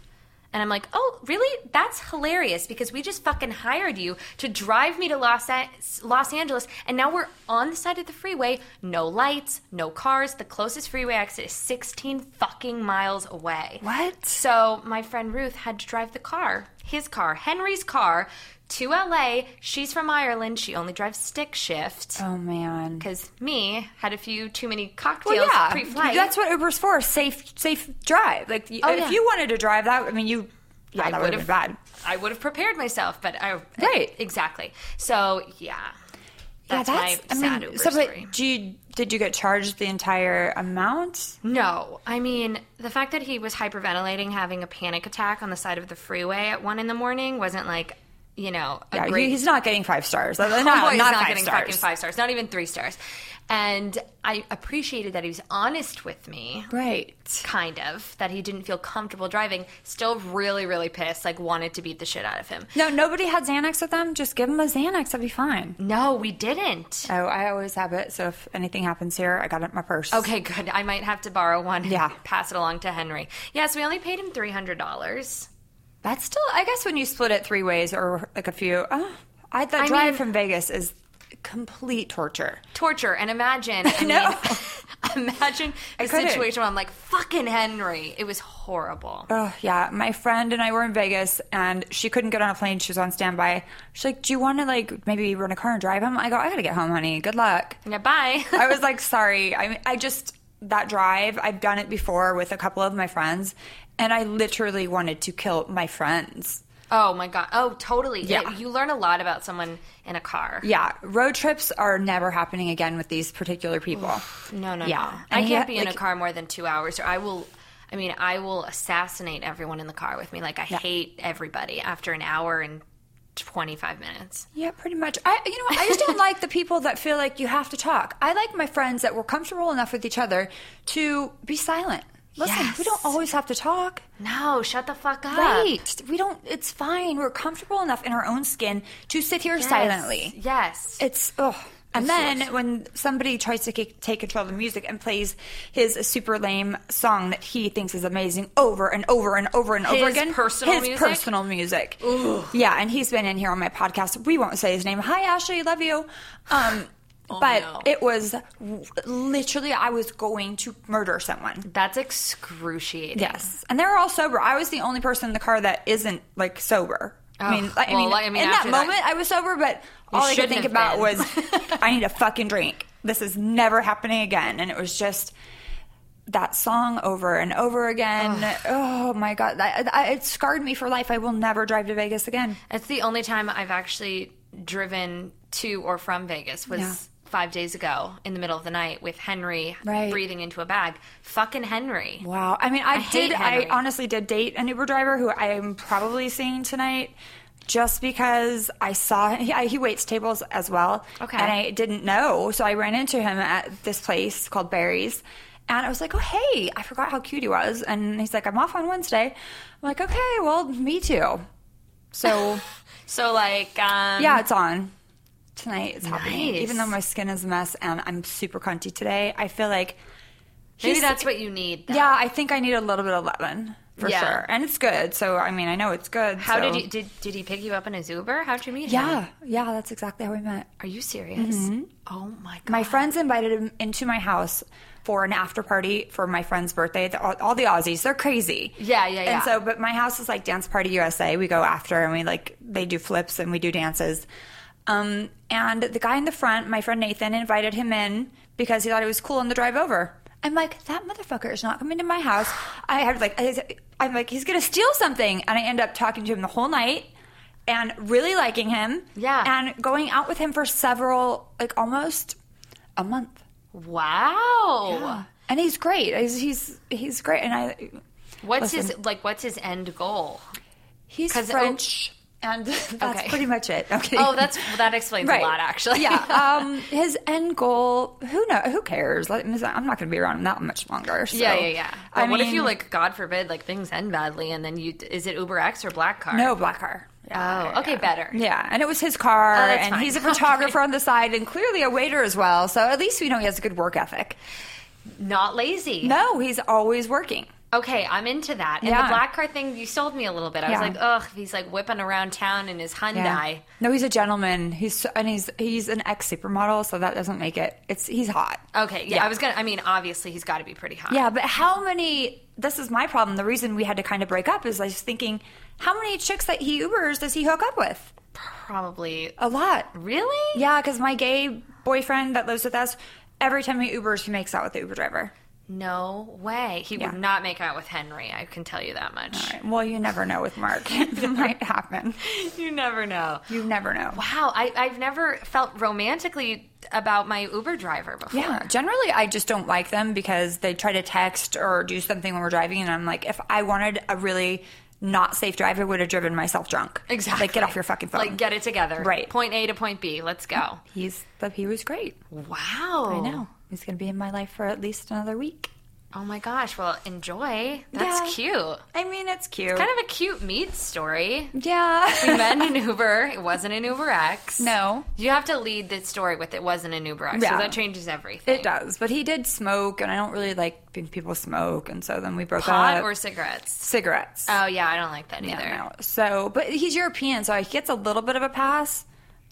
S6: And I'm like, oh, really? That's hilarious because we just fucking hired you to drive me to Los, A- Los Angeles. And now we're on the side of the freeway, no lights, no cars. The closest freeway exit is 16 fucking miles away.
S5: What?
S6: So my friend Ruth had to drive the car, his car, Henry's car, to LA. She's from Ireland. She only drives stick shift.
S5: Oh man.
S6: Because me had a few too many
S5: Well,
S6: cocktails
S5: yeah,
S6: pre-flight.
S5: that's what Uber's for. Safe, safe drive. Like y-
S6: Oh,
S5: if
S6: yeah.
S5: you wanted to drive that, I mean, you. Yeah,
S6: I
S5: that would have been
S6: would've-
S5: bad.
S6: I would have prepared myself, but I
S5: Right.
S6: exactly. So yeah, that's, my sad Uber
S5: so, but
S6: story.
S5: do you- did you get charged the entire amount?
S6: No, I mean the fact that he was hyperventilating, having a panic attack on the side of the freeway at one in the morning, wasn't like you know a
S5: Yeah, he-
S6: great
S5: he's not getting five stars. No, not,
S6: No, Oh, he's not,
S5: five
S6: getting
S5: stars.
S6: fucking five stars. Not even three stars. And I appreciated that he was honest with me,
S5: Right.
S6: kind of, that he didn't feel comfortable driving. Still really, really pissed, like wanted to beat the shit out of him.
S5: No, nobody had Xanax with them. Just give them a Xanax. That'd be fine.
S6: No, we didn't.
S5: Oh, I always have it. So if anything happens here, I got it in my purse.
S6: Okay, good. I might have to borrow one. and
S5: Yeah.
S6: Pass it along to Henry. Yeah, so we only paid him $300.
S5: That's still, I guess, when you split it three ways or like a few. Uh, I that
S6: I
S5: drive
S6: mean-
S5: from Vegas is complete torture.
S6: Torture. And imagine. I
S5: know.
S6: mean, imagine the
S5: couldn't.
S6: situation where I'm like, fucking Henry. It was horrible.
S5: Oh, yeah. My friend and I were in Vegas and she couldn't get on a plane. She was on standby. She's like, Do you want to, like, maybe rent a car and drive him? I go, I got to get home, honey. Good luck.
S6: Yeah, bye.
S5: I was like, Sorry. I, mean, I just, that drive, I've done it before with a couple of my friends and I literally wanted to kill my friends.
S6: Oh my god! Oh, totally.
S5: Yeah.
S6: Yeah, you learn a lot about someone in a car.
S5: Yeah. Road trips are never happening again with these particular people.
S6: No, no,
S5: Yeah.
S6: no. I
S5: And
S6: can't
S5: he had-
S6: be in
S5: like-
S6: a car more than two hours, or I will. I mean, I will assassinate everyone in the car with me. Like I hate everybody after an hour and twenty-five minutes.
S5: Yeah, pretty much. I, you know, what? I just don't like the people that feel like you have to talk. I like my friends that were comfortable enough with each other to be silent. Listen, we
S6: Yes.
S5: don't always have to talk.
S6: No, shut the fuck up.
S5: Right. We don't, it's fine. We're comfortable enough in our own skin to sit here
S6: Yes.
S5: silently.
S6: Yes.
S5: It's, oh. And then when somebody tries to ca- take control of the music and plays his super lame song that he thinks is amazing over and over and over and over
S6: His
S5: again,
S6: personal
S5: his
S6: music?
S5: personal music. Yeah, and he's been in here on my podcast. We won't say his name. Hi, Ashley, love you. Um, but
S6: Oh, no.
S5: it was w- literally, I was going to murder someone.
S6: That's excruciating.
S5: Yes, and they're all sober. I was the only person in the car that isn't like sober. I mean,
S6: Ugh.
S5: I mean,
S6: Well, I mean,
S5: in that
S6: after that-
S5: moment, I was sober, but all I could
S6: shouldn't
S5: think
S6: have
S5: about
S6: been.
S5: was, I need a fucking drink. This is never happening again. And it was just that song over and over again. Oh my god, I, I, it scarred me for life. I will never drive to Vegas again.
S6: It's the only time I've actually driven to or from Vegas was
S5: Yeah.
S6: five days ago in the middle of the night with Henry
S5: Right.
S6: breathing into a bag. Fucking Henry.
S5: Wow. I mean, I,
S6: hate
S5: did. I
S6: Henry.
S5: honestly did date an Uber driver who I am probably seeing tonight, just because I saw he, I, he waits tables as well.
S6: Okay.
S5: And I didn't know, so I ran into him at this place called Barry's, and I was like, "Oh, hey!" I forgot how cute he was, and he's like, "I'm off on Wednesday." I'm like, "Okay, well, me too." So
S6: So like, um,
S5: yeah, it's on. Tonight it's happening.
S6: Nice.
S5: Even though my skin is a mess and I'm super cunty today, I feel like
S6: maybe
S5: he's-
S6: that's what you need. though.
S5: yeah, I think I need a little bit of lemon for
S6: Yeah.
S5: sure, and it's good. So I mean, I know it's good.
S6: How
S5: so-
S6: did you did did he pick you up in his Uber? How'd you meet him?
S5: Yeah, yeah, that's exactly how we met.
S6: Are you serious? Oh my god.
S5: Mm-hmm. My friends invited him into my house for an after party for my friend's birthday. The, all, all the Aussies, they're crazy.
S6: Yeah, yeah, yeah.
S5: And so, Oh, but my house is like Dance Party USA. We go after and we like they do flips and we do dances. Um, and the guy in the front, my friend Nathan, invited him in because he thought it was cool on the drive over. I'm like, that motherfucker is not coming to my house. I had like, I- I'm like, he's gonna steal something, and I end up talking to him the whole night and really liking him.
S6: Yeah.
S5: And going out with him for several, like almost a month.
S6: Wow.
S5: And he's great. He's he's, he's great. And I,
S6: What's
S5: Listen.
S6: his like? What's his end goal?
S5: he's
S6: 'Cause, oh,
S5: French. and that's
S6: okay.
S5: pretty much it. Okay.
S6: Oh, that's that explains a lot, actually.
S5: yeah. Um, his end goal. Who know? Who cares? Like, I'm not going to be around him that much longer. So.
S6: Yeah, yeah, yeah.
S5: I
S6: But what if
S5: mean-
S6: you like, God forbid, like things end badly, and then you—is it Uber X or Black Car?
S5: No black car.
S6: Oh, okay, better.
S5: Yeah, and it was his car,
S6: Oh, that's
S5: and
S6: fine.
S5: he's a photographer on the side, and clearly a waiter as well. So at least we know he has a good work ethic.
S6: Not lazy.
S5: No, he's always working.
S6: Okay, I'm into that. And
S5: Yeah.
S6: the Black Car thing, you sold me a little bit. I
S5: Yeah.
S6: was like, ugh, if he's like whipping around town in his Hyundai.
S5: No, he's a gentleman. He's so- and he's he's an ex supermodel, so that doesn't make it. It's he's hot.
S6: Okay, yeah, I was gonna. I mean, obviously, he's got to be pretty hot.
S5: Yeah, but how many? This is my problem. The reason we had to kind of break up is I was thinking, how many chicks that he Ubers does he hook up with?
S6: probably. uh,
S5: A lot.
S6: Really?
S5: Yeah, because my gay boyfriend that lives with us, every time he Ubers, he makes out with the Uber driver.
S6: No way. He
S5: Yeah.
S6: would not make out with Henry. I can tell you that much.
S5: Well, you never know with Mark. it might happen.
S6: You never know.
S5: You never know.
S6: Wow, I, I've never felt romantically about my Uber driver before.
S5: Yeah, generally I just don't like them because they try to text or do something when we're driving, and I'm like, if I wanted a really not safe drive, I would have driven myself drunk.
S6: Exactly.
S5: Like, get off your fucking phone.
S6: Like, get it together.
S5: Right.
S6: Point A to point B. Let's go.
S5: He's, but he was great.
S6: Wow.
S5: I know he's Oh, gonna be in my life for at least another week.
S6: Oh my gosh. Well, enjoy. That's
S5: Yeah.
S6: cute.
S5: I mean, it's cute.
S6: Kind of a cute meet story.
S5: yeah.
S6: We met in an Uber. It wasn't an Uber X.
S5: No.
S6: You have to lead the story with it wasn't an Uber X.
S5: Yeah.
S6: So that changes everything.
S5: It does, but he did smoke, and I don't really like when people smoke, and so then we broke
S6: Pot
S5: up.
S6: or cigarettes?
S5: cigarettes.
S6: Oh, yeah. I don't like that
S5: I
S6: either.
S5: don't know. So, but he's European, so he gets a little bit of a pass.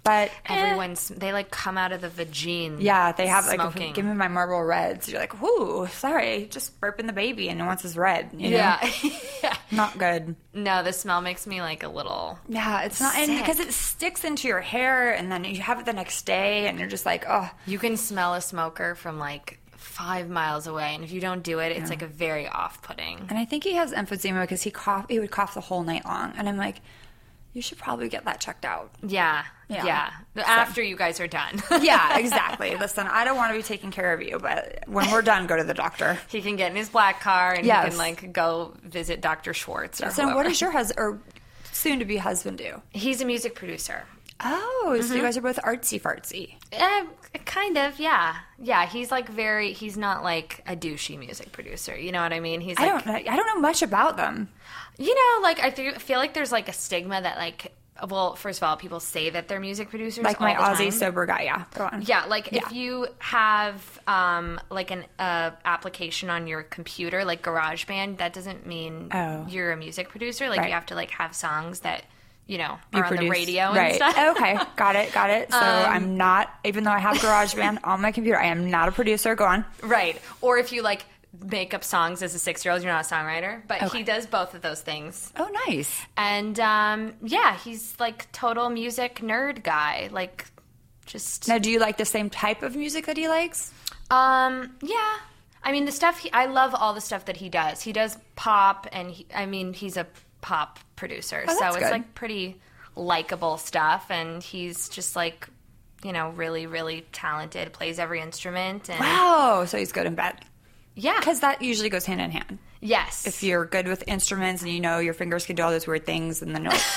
S5: But eh,
S6: Everyone's, they like come out of the vagine.
S5: Yeah, they have like
S6: smoking.
S5: give me my marble reds. You're like, whoo, sorry, just burping the baby and it wants his red. You know?
S6: yeah. yeah.
S5: not good.
S6: No, the smell makes me like a little.
S5: Yeah, it's not, and
S6: Sick.
S5: because it sticks into your hair, and then you have it the next day, and you're just like, oh,
S6: You can smell a smoker from like five miles away, and if you don't do it, it's like a very off-putting.
S5: And I think he has emphysema because he cough, he would cough the whole night long, and I'm like, you should probably get that checked out.
S6: Yeah,
S5: Yeah.
S6: yeah. After you guys are done,
S5: Yeah, exactly. Listen, I don't want to be taking care of you, but when we're done, go to the doctor.
S6: he can get in his black car and he
S5: Yes.
S6: can like go visit Dr. Schwartz or
S5: So, what
S6: whoever.
S5: does your husband or soon to be husband do?
S6: He's a music producer.
S5: Oh, so you guys are both artsy fartsy.
S6: Uh, kind of, yeah, yeah. He's like very. He's not like a douchey music producer. You know what I mean? He's
S5: I
S6: like,
S5: don't know. I don't know much about them.
S6: you know, like I th- feel like there's like a stigma that like. Well, first of all, people say that they're music producers.
S5: Like
S6: all
S5: my
S6: the
S5: Aussie
S6: time.
S5: sober guy. Yeah, go on.
S6: Yeah, like
S5: Yeah.
S6: if you have um, like an uh, application on your computer, like GarageBand, that doesn't mean
S5: Oh.
S6: you're a music producer. Like
S5: Right.
S6: you have to like have songs that you know are
S5: You
S6: on
S5: produce-
S6: the radio and
S5: right.
S6: stuff. Um,
S5: okay, got it, got it. So I'm not, even though I have GarageBand on my computer, I am not a producer. Go on.
S6: Right. Or if you like make up songs as a six year old, you're not a songwriter. But
S5: Okay.
S6: he does both of those things.
S5: Oh, nice.
S6: And um, yeah, he's like total music nerd guy. Like just
S5: Now, do you like the same type of music that he likes?
S6: um yeah. I mean the stuff he, I love all the stuff that he does. He does pop and he, I mean he's a pop producer.
S5: Oh,
S6: so
S5: that's
S6: it's
S5: good.
S6: like pretty likable stuff and he's just like you know, really, really talented, plays every instrument and
S5: Oh, so he's good in bed.
S6: yeah.
S5: Because that usually goes hand in hand.
S6: yes.
S5: If you're good with instruments and you know your fingers can do all those weird things and the noise.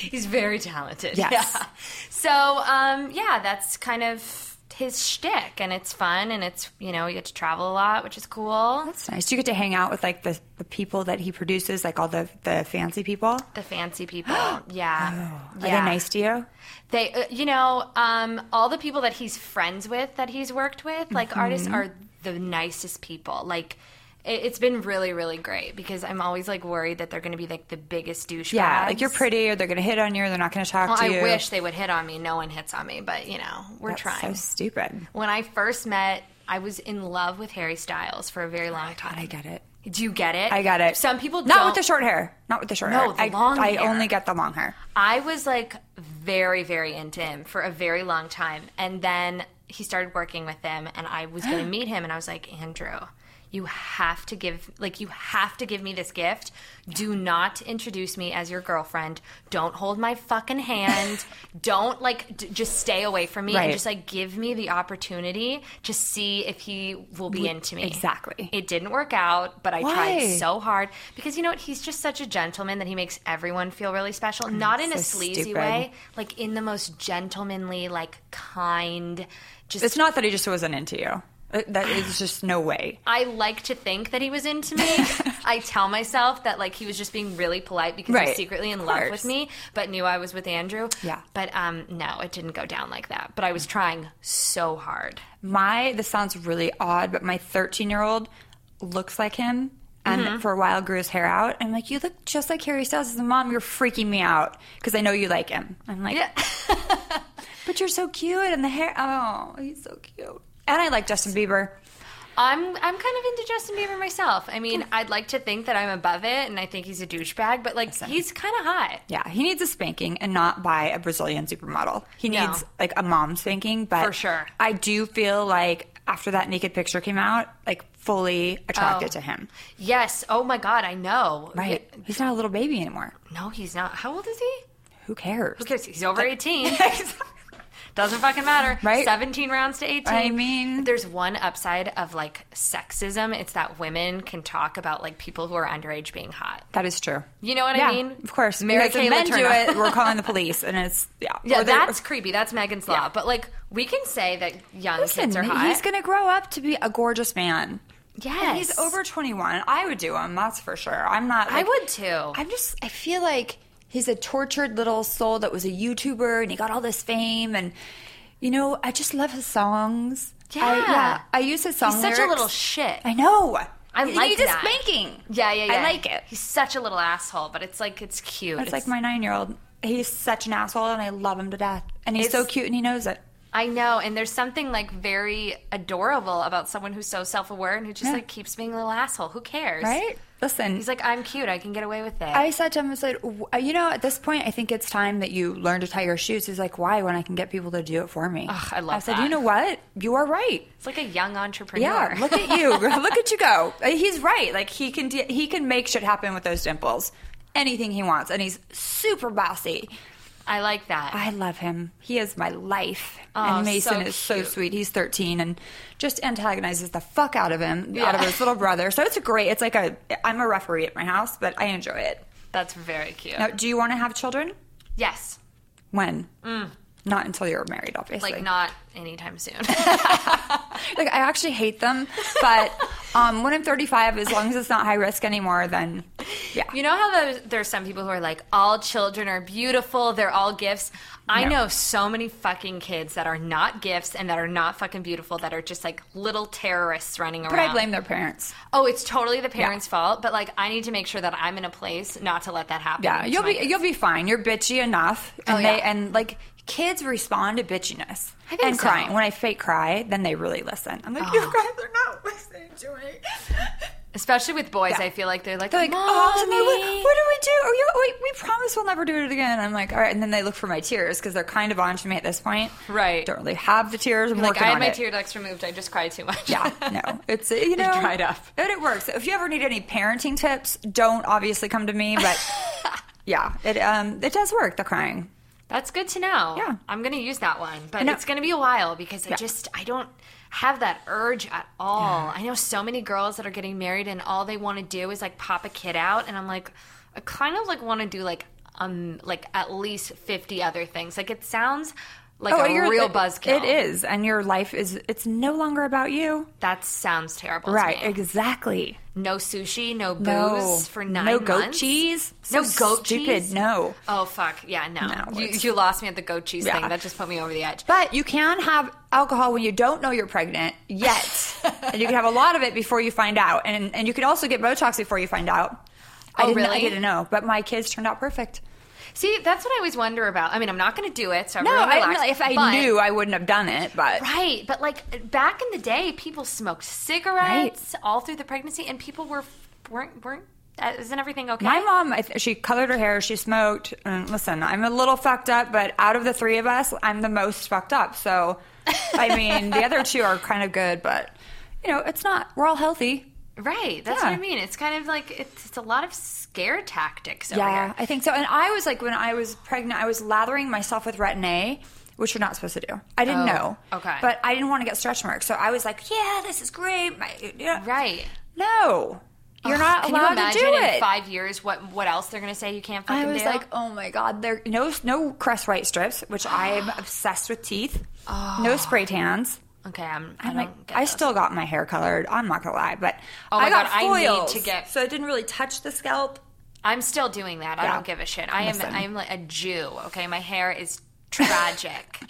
S6: He's very talented.
S5: Yes.
S6: Yeah. So, um, yeah, that's kind of his shtick, and it's fun, and it's you know you get to travel a lot, which is cool.
S5: That's nice. Do you get to hang out with like the, the people that he produces, like all the, the fancy people?
S6: The fancy people. yeah.
S5: Oh, Are
S6: yeah.
S5: they nice to you?
S6: They, uh, you know, um, all the people that he's friends with, that he's worked with, like
S5: Mm-hmm.
S6: artists are the nicest people. Like, it, it's been really, really great because I'm always like worried that they're going to be like the biggest douchebags.
S5: Yeah, like you're pretty or they're going to hit on you or they're not going to talk
S6: Well,
S5: to
S6: I
S5: you.
S6: wish they would hit on me. No one hits on me, but you know, we're
S5: That's so
S6: trying.
S5: stupid.
S6: When I first met, I was in love with Harry Styles for a very long time.
S5: I get it.
S6: Do you get it?
S5: I got it.
S6: Some people
S5: not
S6: don't.
S5: with the short hair. Not with the short
S6: No,
S5: hair.
S6: the
S5: I,
S6: long
S5: I
S6: hair.
S5: only get the long hair.
S6: I was like very, very into him for a very long time, and then he started working with him, and I was going to meet him, and I was like, Andrew. You have to give, like, you have to give me this gift. Do not introduce me as your girlfriend. Don't hold my fucking hand. Don't, like, d- just stay away from me
S5: Right.
S6: and just, like, give me the opportunity to see if he will be into me.
S5: exactly.
S6: It didn't work out, but I
S5: Why?
S6: tried so hard because you know what? He's just such a gentleman that he makes everyone feel really special. Not in a
S5: so
S6: sleazy
S5: stupid.
S6: way, like in the most gentlemanly, like kind. Just
S5: It's not that he just wasn't into you. Uh, That is just no way.
S6: I like to think that he was into me. I tell myself that like he was just being really polite because
S5: Right.
S6: he's secretly in
S5: Of
S6: love
S5: course.
S6: with me, but knew I was with Andrew.
S5: Yeah.
S6: But um, no, it didn't go down like that. But I was trying so hard.
S5: My this sounds really odd, but my 13 year old looks like him, and
S6: Mm-hmm.
S5: for a while grew his hair out. I'm like, you look just like Harry Styles. As a mom, you're freaking me out because I know you like him. I'm like,
S6: Yeah.
S5: but you're so cute, and the hair. Oh, he's so cute. And I like Justin Bieber.
S6: I'm I'm kind of into Justin Bieber myself. I mean, I'd like to think that I'm above it, and I think he's a douchebag, but like he's kind of hot.
S5: Yeah, he needs a spanking and not by a Brazilian supermodel. He
S6: No.
S5: needs like a mom spanking, but
S6: For sure.
S5: I do feel like after that naked picture came out, like fully attracted
S6: Oh.
S5: to him.
S6: Yes. Oh my God, I know.
S5: Right. He's not a little baby anymore.
S6: No, he's not. How old is he?
S5: Who cares?
S6: Who cares? He's over eighteen. Doesn't fucking matter.
S5: Right.
S6: 17 rounds to 18.
S5: I mean-
S6: there's one upside of like sexism. It's that women can talk about like people who are underage being hot.
S5: That is true.
S6: You know what
S5: yeah,
S6: I mean?
S5: Of course.
S6: Mary
S5: because if
S6: Kay
S5: men do
S6: Letourneau.
S5: it, we're calling the police and it's yeah.
S6: Yeah,
S5: Or they're-
S6: that's creepy. That's Megan's law. But like, we can say that young
S5: Listen,
S6: kids are hot.
S5: he's gonna grow up to be a gorgeous man.
S6: Yes.
S5: He's over twenty one. I would do him, that's for sure. I'm not
S6: I
S5: like-
S6: would too.
S5: I'm just I feel like he's a tortured little soul that was a YouTuber and he got all this fame and you know, I just love his songs. I,
S6: Yeah.
S5: yeah. I use his song
S6: He's such a
S5: lyrics.
S6: little shit.
S5: I know.
S6: I
S5: he
S6: like
S5: needs a
S6: that.
S5: spanking.
S6: Yeah, yeah, yeah.
S5: I like it.
S6: He's such a little asshole, but it's like it's cute.
S5: It's like my nine year old. He's such an asshole and I love him to death. And he's so
S6: It's-
S5: cute and he knows it.
S6: I know, and there's something like very adorable about someone who's so self-aware and who just
S5: Yeah.
S6: like keeps being a little asshole. Who cares?
S5: Right? Listen.
S6: He's like, I'm cute. I can get away with it.
S5: I said to him, I said, "W- uh, you know, at this point, I think it's time that you learn to tie your shoes. He's like, why? When I can get people to do it for me.
S6: Ugh, I love
S5: I said,
S6: that.
S5: you know what? You are right.
S6: it's like a young
S5: Yeah,
S6: entrepreneur.
S5: look at you. look at you go. Uh, He's right. Like he can de- he can make shit happen with those dimples. Anything he wants and he's super bossy.
S6: I like that.
S5: I love him. He is my life.
S6: Oh,
S5: and Mason
S6: so
S5: is so
S6: cute.
S5: sweet. He's 13 and just antagonizes the fuck out of him, out of
S6: Yeah.
S5: his little brother. So it's a great. It's like a I'm a referee at my house, but I enjoy it. Uh,
S6: That's very cute.
S5: Now, do you want to have children?
S6: Yes.
S5: When? Not until you're married, obviously.
S6: Mm. Like not anytime soon.
S5: Like, I actually hate them, but um, when I'm 35, as long as it's not high risk anymore, then yeah.
S6: You know how there's, there's some people who are like, all children are beautiful, they're all gifts. I
S5: No.
S6: know so many fucking kids that are not gifts and that are not fucking beautiful that are just like little terrorists running
S5: but
S6: around.
S5: I blame their parents.
S6: Oh, it's totally the parents' fault, but like I need to make sure that I'm in a place not to let that happen.
S5: Yeah,
S6: to
S5: you'll
S6: my
S5: be
S6: kids.
S5: you'll be fine. You're bitchy enough, and
S6: Oh,
S5: they
S6: yeah.
S5: and like kids respond to bitchiness
S6: I think
S5: and
S6: so. Oh.
S5: crying. When I fake cry, then they really listen. I'm like, you guys are not listening to me.
S6: Especially with boys,
S5: Yeah.
S6: I feel like they're like,
S5: They're like, oh, and
S6: Mommy.
S5: they, what, what do we do? Are you? Wait, we promise we'll never do it again. I'm like, all right, and then they look for my tears because they're kind of on to me at this point.
S6: Right.
S5: Don't really have the tears. I'm
S6: like
S5: working
S6: I had
S5: on
S6: my
S5: it.
S6: tear ducts removed. I just cried too much.
S5: Yeah, no, it's uh, you know
S6: dried up.
S5: but it works. If you ever need any parenting tips, don't obviously come to me, but yeah, it um it does work. The crying.
S6: That's good to know.
S5: Yeah.
S6: I'm going to use that one, but
S5: know.
S6: it's going to be a while because I
S5: Yeah.
S6: just I don't have that urge at all. I know so many girls that are getting married and all they want to do is like pop a kid out and I'm like I kind of like want to do like um like at least 50 other things. Like it sounds like a
S5: Oh, you're-
S6: real
S5: it-
S6: buzzkill.
S5: It is, and your life is. It's no longer about you.
S6: That sounds terrible. to
S5: right.
S6: me.
S5: Exactly.
S6: No sushi, no booze
S5: No.
S6: for 9
S5: No
S6: months.
S5: goat cheese.
S6: No
S5: So
S6: goat
S5: stupid,
S6: cheese.
S5: no.
S6: Oh fuck. Yeah, no.
S5: No,
S6: you,
S5: it's-
S6: you lost me at the goat cheese
S5: Yeah.
S6: thing. That just put me over the edge.
S5: But you can have alcohol when you don't know you're pregnant yet, and you can have a lot of it before you find out, and and you can also get Botox before you find out. I
S6: Oh,
S5: didn't, I
S6: really?
S5: didn't know, but my kids turned out perfect.
S6: See, that's what I always wonder about. I mean, I'm not going to do it, so I'm
S5: No,
S6: really
S5: I,
S6: relaxed,
S5: no, if I
S6: but-
S5: knew, I wouldn't have done it. But
S6: Right, but like back in the day, people smoked cigarettes all through the pregnancy, and people were weren't weren't. Uh, isn't everything okay?
S5: My mom, I th- she colored her hair, she smoked. And listen, I'm a little fucked up, but out of the three of us, I'm the most fucked up. So, I mean, the other two are kind of good, but you know, it's not. We're all healthy.
S6: Right, that's
S5: Yeah.
S6: what I mean. It's kind of like it's, it's a lot of scare tactics. Over
S5: Yeah,
S6: here.
S5: I think so. And I was like, when I was pregnant, I was lathering myself with Retin A, which you're not supposed to do. I didn't
S6: Oh,
S5: know.
S6: okay.
S5: But I didn't want to get stretch marks, so I was like, yeah, this is great. My, yeah.
S6: right.
S5: No, you're
S6: Ugh,
S5: not
S6: Can
S5: allowed
S6: you imagine
S5: to do
S6: in
S5: it.
S6: Five years, what what else they're gonna say? You can't fucking
S5: I was
S6: do?
S5: like, oh my god, there no no crest white strips, which I am obsessed with teeth. No spray tans.
S6: okay, I'm. Oh. I
S5: I'm
S6: don't
S5: like,
S6: get
S5: I
S6: those.
S5: still got my hair colored. I'm not gonna lie, but
S6: Oh my
S5: I got
S6: God, I need
S5: foils,
S6: to get-
S5: so it didn't really touch the scalp.
S6: I'm still doing that. I
S5: Yeah.
S6: don't give a shit. I am
S5: Listen.
S6: I am like a Jew, okay? My hair is tragic.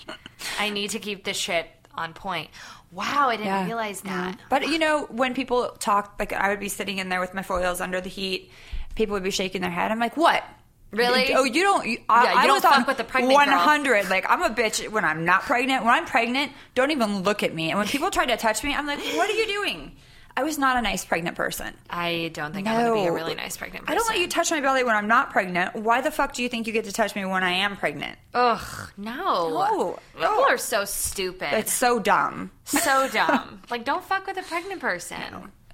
S6: I need to keep this shit on point. Wow, I didn't
S5: Yeah.
S6: realize
S5: Yeah.
S6: that.
S5: But you know, when people talk, like I would be sitting in there with my foils under the heat, people would be shaking their head. I'm like, what?
S6: Really?
S5: Oh, you don't. You, I,
S6: Yeah, you
S5: I
S6: don't
S5: was
S6: fuck
S5: on
S6: with the pregnant girl.
S5: 100. Like I'm a bitch when I'm not pregnant. When I'm pregnant, don't even look at me. And when people try to touch me, I'm like, what are you doing? I was not a nice pregnant person.
S6: I don't think I'm going to be a
S5: No.
S6: really nice pregnant
S5: I
S6: person.
S5: don't let you touch my belly when I'm not pregnant. Why the fuck do you think you get to touch me when I am pregnant?
S6: Ugh, no.
S5: No.
S6: People are so stupid.
S5: It's so dumb.
S6: so dumb. Like, don't fuck with a pregnant person.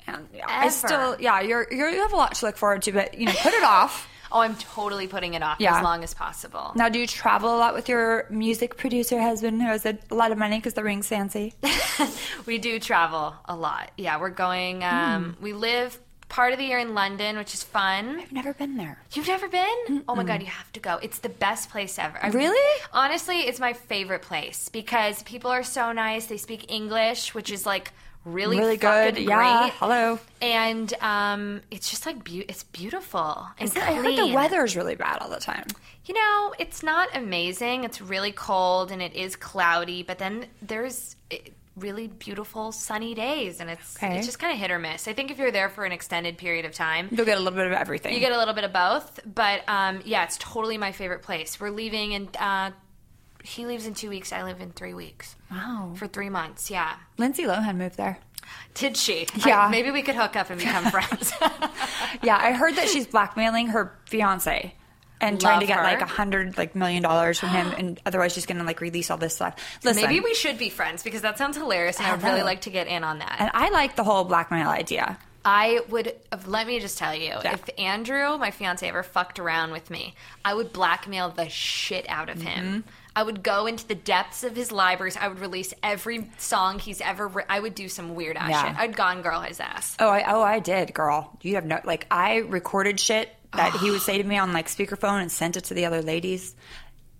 S5: And yeah, I
S6: Ever.
S5: still, yeah, you're, you're you have a lot to look forward to, but you know, put it off.
S6: Oh, I'm totally putting it off
S5: Yeah.
S6: as long as possible.
S5: Now, do you travel a lot with your music producer husband who has a lot of money because the ring's fancy?
S6: We do travel a lot. Yeah, we're going. Um,
S5: Hmm.
S6: We live part of the year in London, which is fun.
S5: I've never been there.
S6: You've never been? Oh my god, you have to go. It's the best place ever. I-
S5: Really?
S6: Honestly, it's my favorite place because people are so nice. They speak English, which is like really
S5: Really
S6: fucking
S5: good. Yeah.
S6: great.
S5: Hello.
S6: And um, it's just like beau- it's beautiful and
S5: I heard the
S6: clean.
S5: weather's really bad all the time.
S6: You know, it's not amazing. It's really cold and it is cloudy, but then there's eh, really beautiful sunny days, and it's
S5: Okay.
S6: it's just kind of hit or miss. I think if you're there for an extended period of time,
S5: You'll get a little bit of everything.
S6: you get a little bit of both, but um, yeah, it's totally my favorite place. We're leaving in. Uh, he leaves in two weeks. I live in three weeks.
S5: wow.
S6: For three months, yeah.
S5: Lindsay Lohan moved there.
S6: Did she?
S5: Yeah.
S6: I- maybe we could hook up and become friends.
S5: Yeah, I heard that she's blackmailing her fiance and trying
S6: Love
S5: to get
S6: her.
S5: like a hundred like million dollars from him, and otherwise she's gonna like release all this stuff. Listen,
S6: maybe we should be friends because that sounds hilarious, and I would really
S5: Hello.
S6: like to get in on that.
S5: And I like the whole blackmail idea.
S6: I would let me just tell you, if Andrew, my fiance, ever fucked around with me, I would blackmail the shit out of
S5: Mm-hmm.
S6: him. I would go into the depths of his libraries. I would release every song he's ever. Re- I would do some weird ass
S5: Yeah.
S6: shit. I'd gone girl his ass.
S5: Oh, I oh I did, girl. You have no like I recorded shit that he would say to me on like speakerphone and sent it to the other ladies.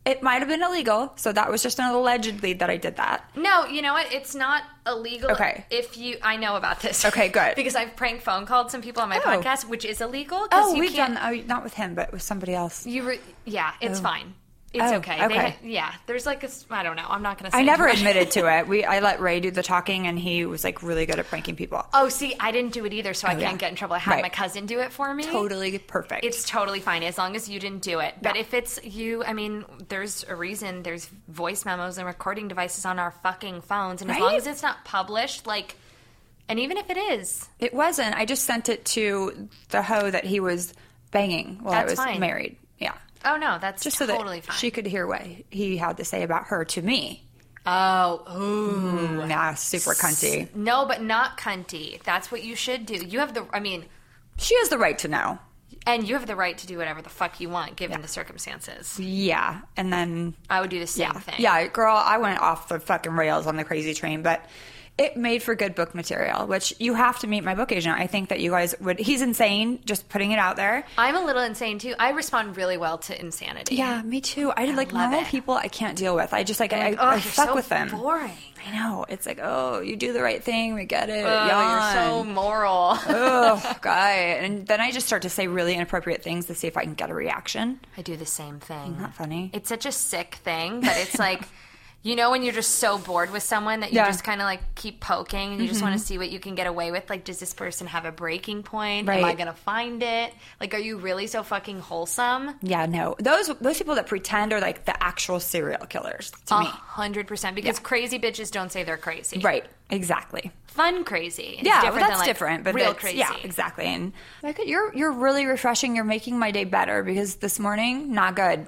S5: It might have been illegal, so that was just an alleged lead that I did that.
S6: No, you know what? It's not illegal.
S5: Okay.
S6: If you, I know about this.
S5: Okay, good.
S6: because I've prank phone called some people on my
S5: Oh.
S6: podcast, which is illegal. 'cause
S5: Oh,
S6: you
S5: we've
S6: can't-
S5: done oh, not with him, but with somebody else.
S6: You, re- yeah, it's
S5: Oh.
S6: fine. It's
S5: Oh,
S6: okay. They
S5: okay.
S6: ha- yeah, there's like a. s- I don't know. I'm not gonna. Say
S5: I never
S6: too much.
S5: admitted to it. We I let Ray do the talking, and he was like really good at pranking people.
S6: Oh, see, I didn't do it either, so I can't
S5: Oh, yeah.
S6: get in trouble. I had
S5: Right.
S6: my cousin do it for me.
S5: Totally perfect.
S6: It's totally fine as long as you didn't do it. But
S5: Yeah.
S6: if it's you, I mean, there's a reason there's voice memos and recording devices on our fucking phones. And as long
S5: Right?
S6: as it's not published, like, and even if it is,
S5: it wasn't. I just sent it to the hoe that he was banging while I
S6: That's
S5: was
S6: fine.
S5: married. Yeah,
S6: oh no, that's
S5: just
S6: totally
S5: so that
S6: fine.
S5: she could hear what he had to say about her to me.
S6: oh, ooh.
S5: Nah, super cunty.
S6: No, but not cunty. That's what you should do. You have the, I mean,
S5: She has the right to know.
S6: and you have the right to do whatever the fuck you want given the circumstances.
S5: Yeah, and then
S6: I would do the same thing.
S5: Yeah, girl, I went off the fucking rails on the crazy train, but it made for good book material, which you have to meet my book agent. I think that you guys would. He's insane, just putting it out there.
S6: I'm a little insane too. I respond really well to insanity.
S5: Yeah, me too. I, like
S6: love
S5: normal
S6: it.
S5: people I can't deal with. I just like, I,
S6: Like,
S5: I
S6: you're
S5: fuck
S6: so
S5: with them.
S6: Boring.
S5: I know. It's like, oh, you do the right thing. We get it.
S6: Oh, you're so moral.
S5: oh, guy. And then I just start to say really inappropriate things to see if I can get a reaction.
S6: I do the same thing.
S5: Not funny.
S6: It's such a sick thing, but it's like, you know, when you're just so bored with someone that you
S5: Yeah. Mm-hmm.
S6: just kind of like keep poking and you just want to see what you can get away with. Like, does this person have a breaking point? Am I
S5: Right.
S6: going to find it? Like, are you really so fucking wholesome?
S5: yeah, no. Those those people that pretend are like the actual serial killers to
S6: A
S5: me.
S6: hundred percent. Because crazy bitches don't say they're crazy.
S5: Right. Exactly.
S6: Fun crazy. It's
S5: yeah,
S6: different
S5: well,
S6: than,
S5: that's
S6: like,
S5: different. But
S6: real
S5: that's-
S6: crazy.
S5: Yeah, exactly. And like you're you're really refreshing. You're making my day better because this morning not good.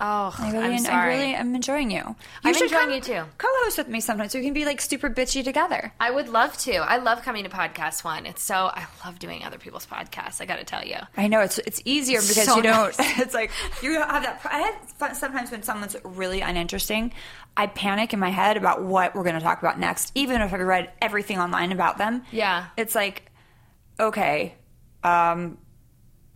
S6: Oh,
S5: I
S6: I
S5: really,
S6: am
S5: am
S6: sorry. I,
S5: really am enjoying you. you
S6: I'm
S5: should
S6: enjoying
S5: come
S6: you too.
S5: Co-host with me sometimes. so We can be like super bitchy together.
S6: would love to. I love coming to podcast one. It's so I love doing other people's podcasts. I got to tell you.
S5: I know it's it's easier because
S6: So
S5: you don't. It's like you don't have that. I have fun, sometimes when someone's really uninteresting, I panic in my head about what we're going to talk about next, even if I read everything online about them.
S6: Yeah.
S5: it's like okay, um,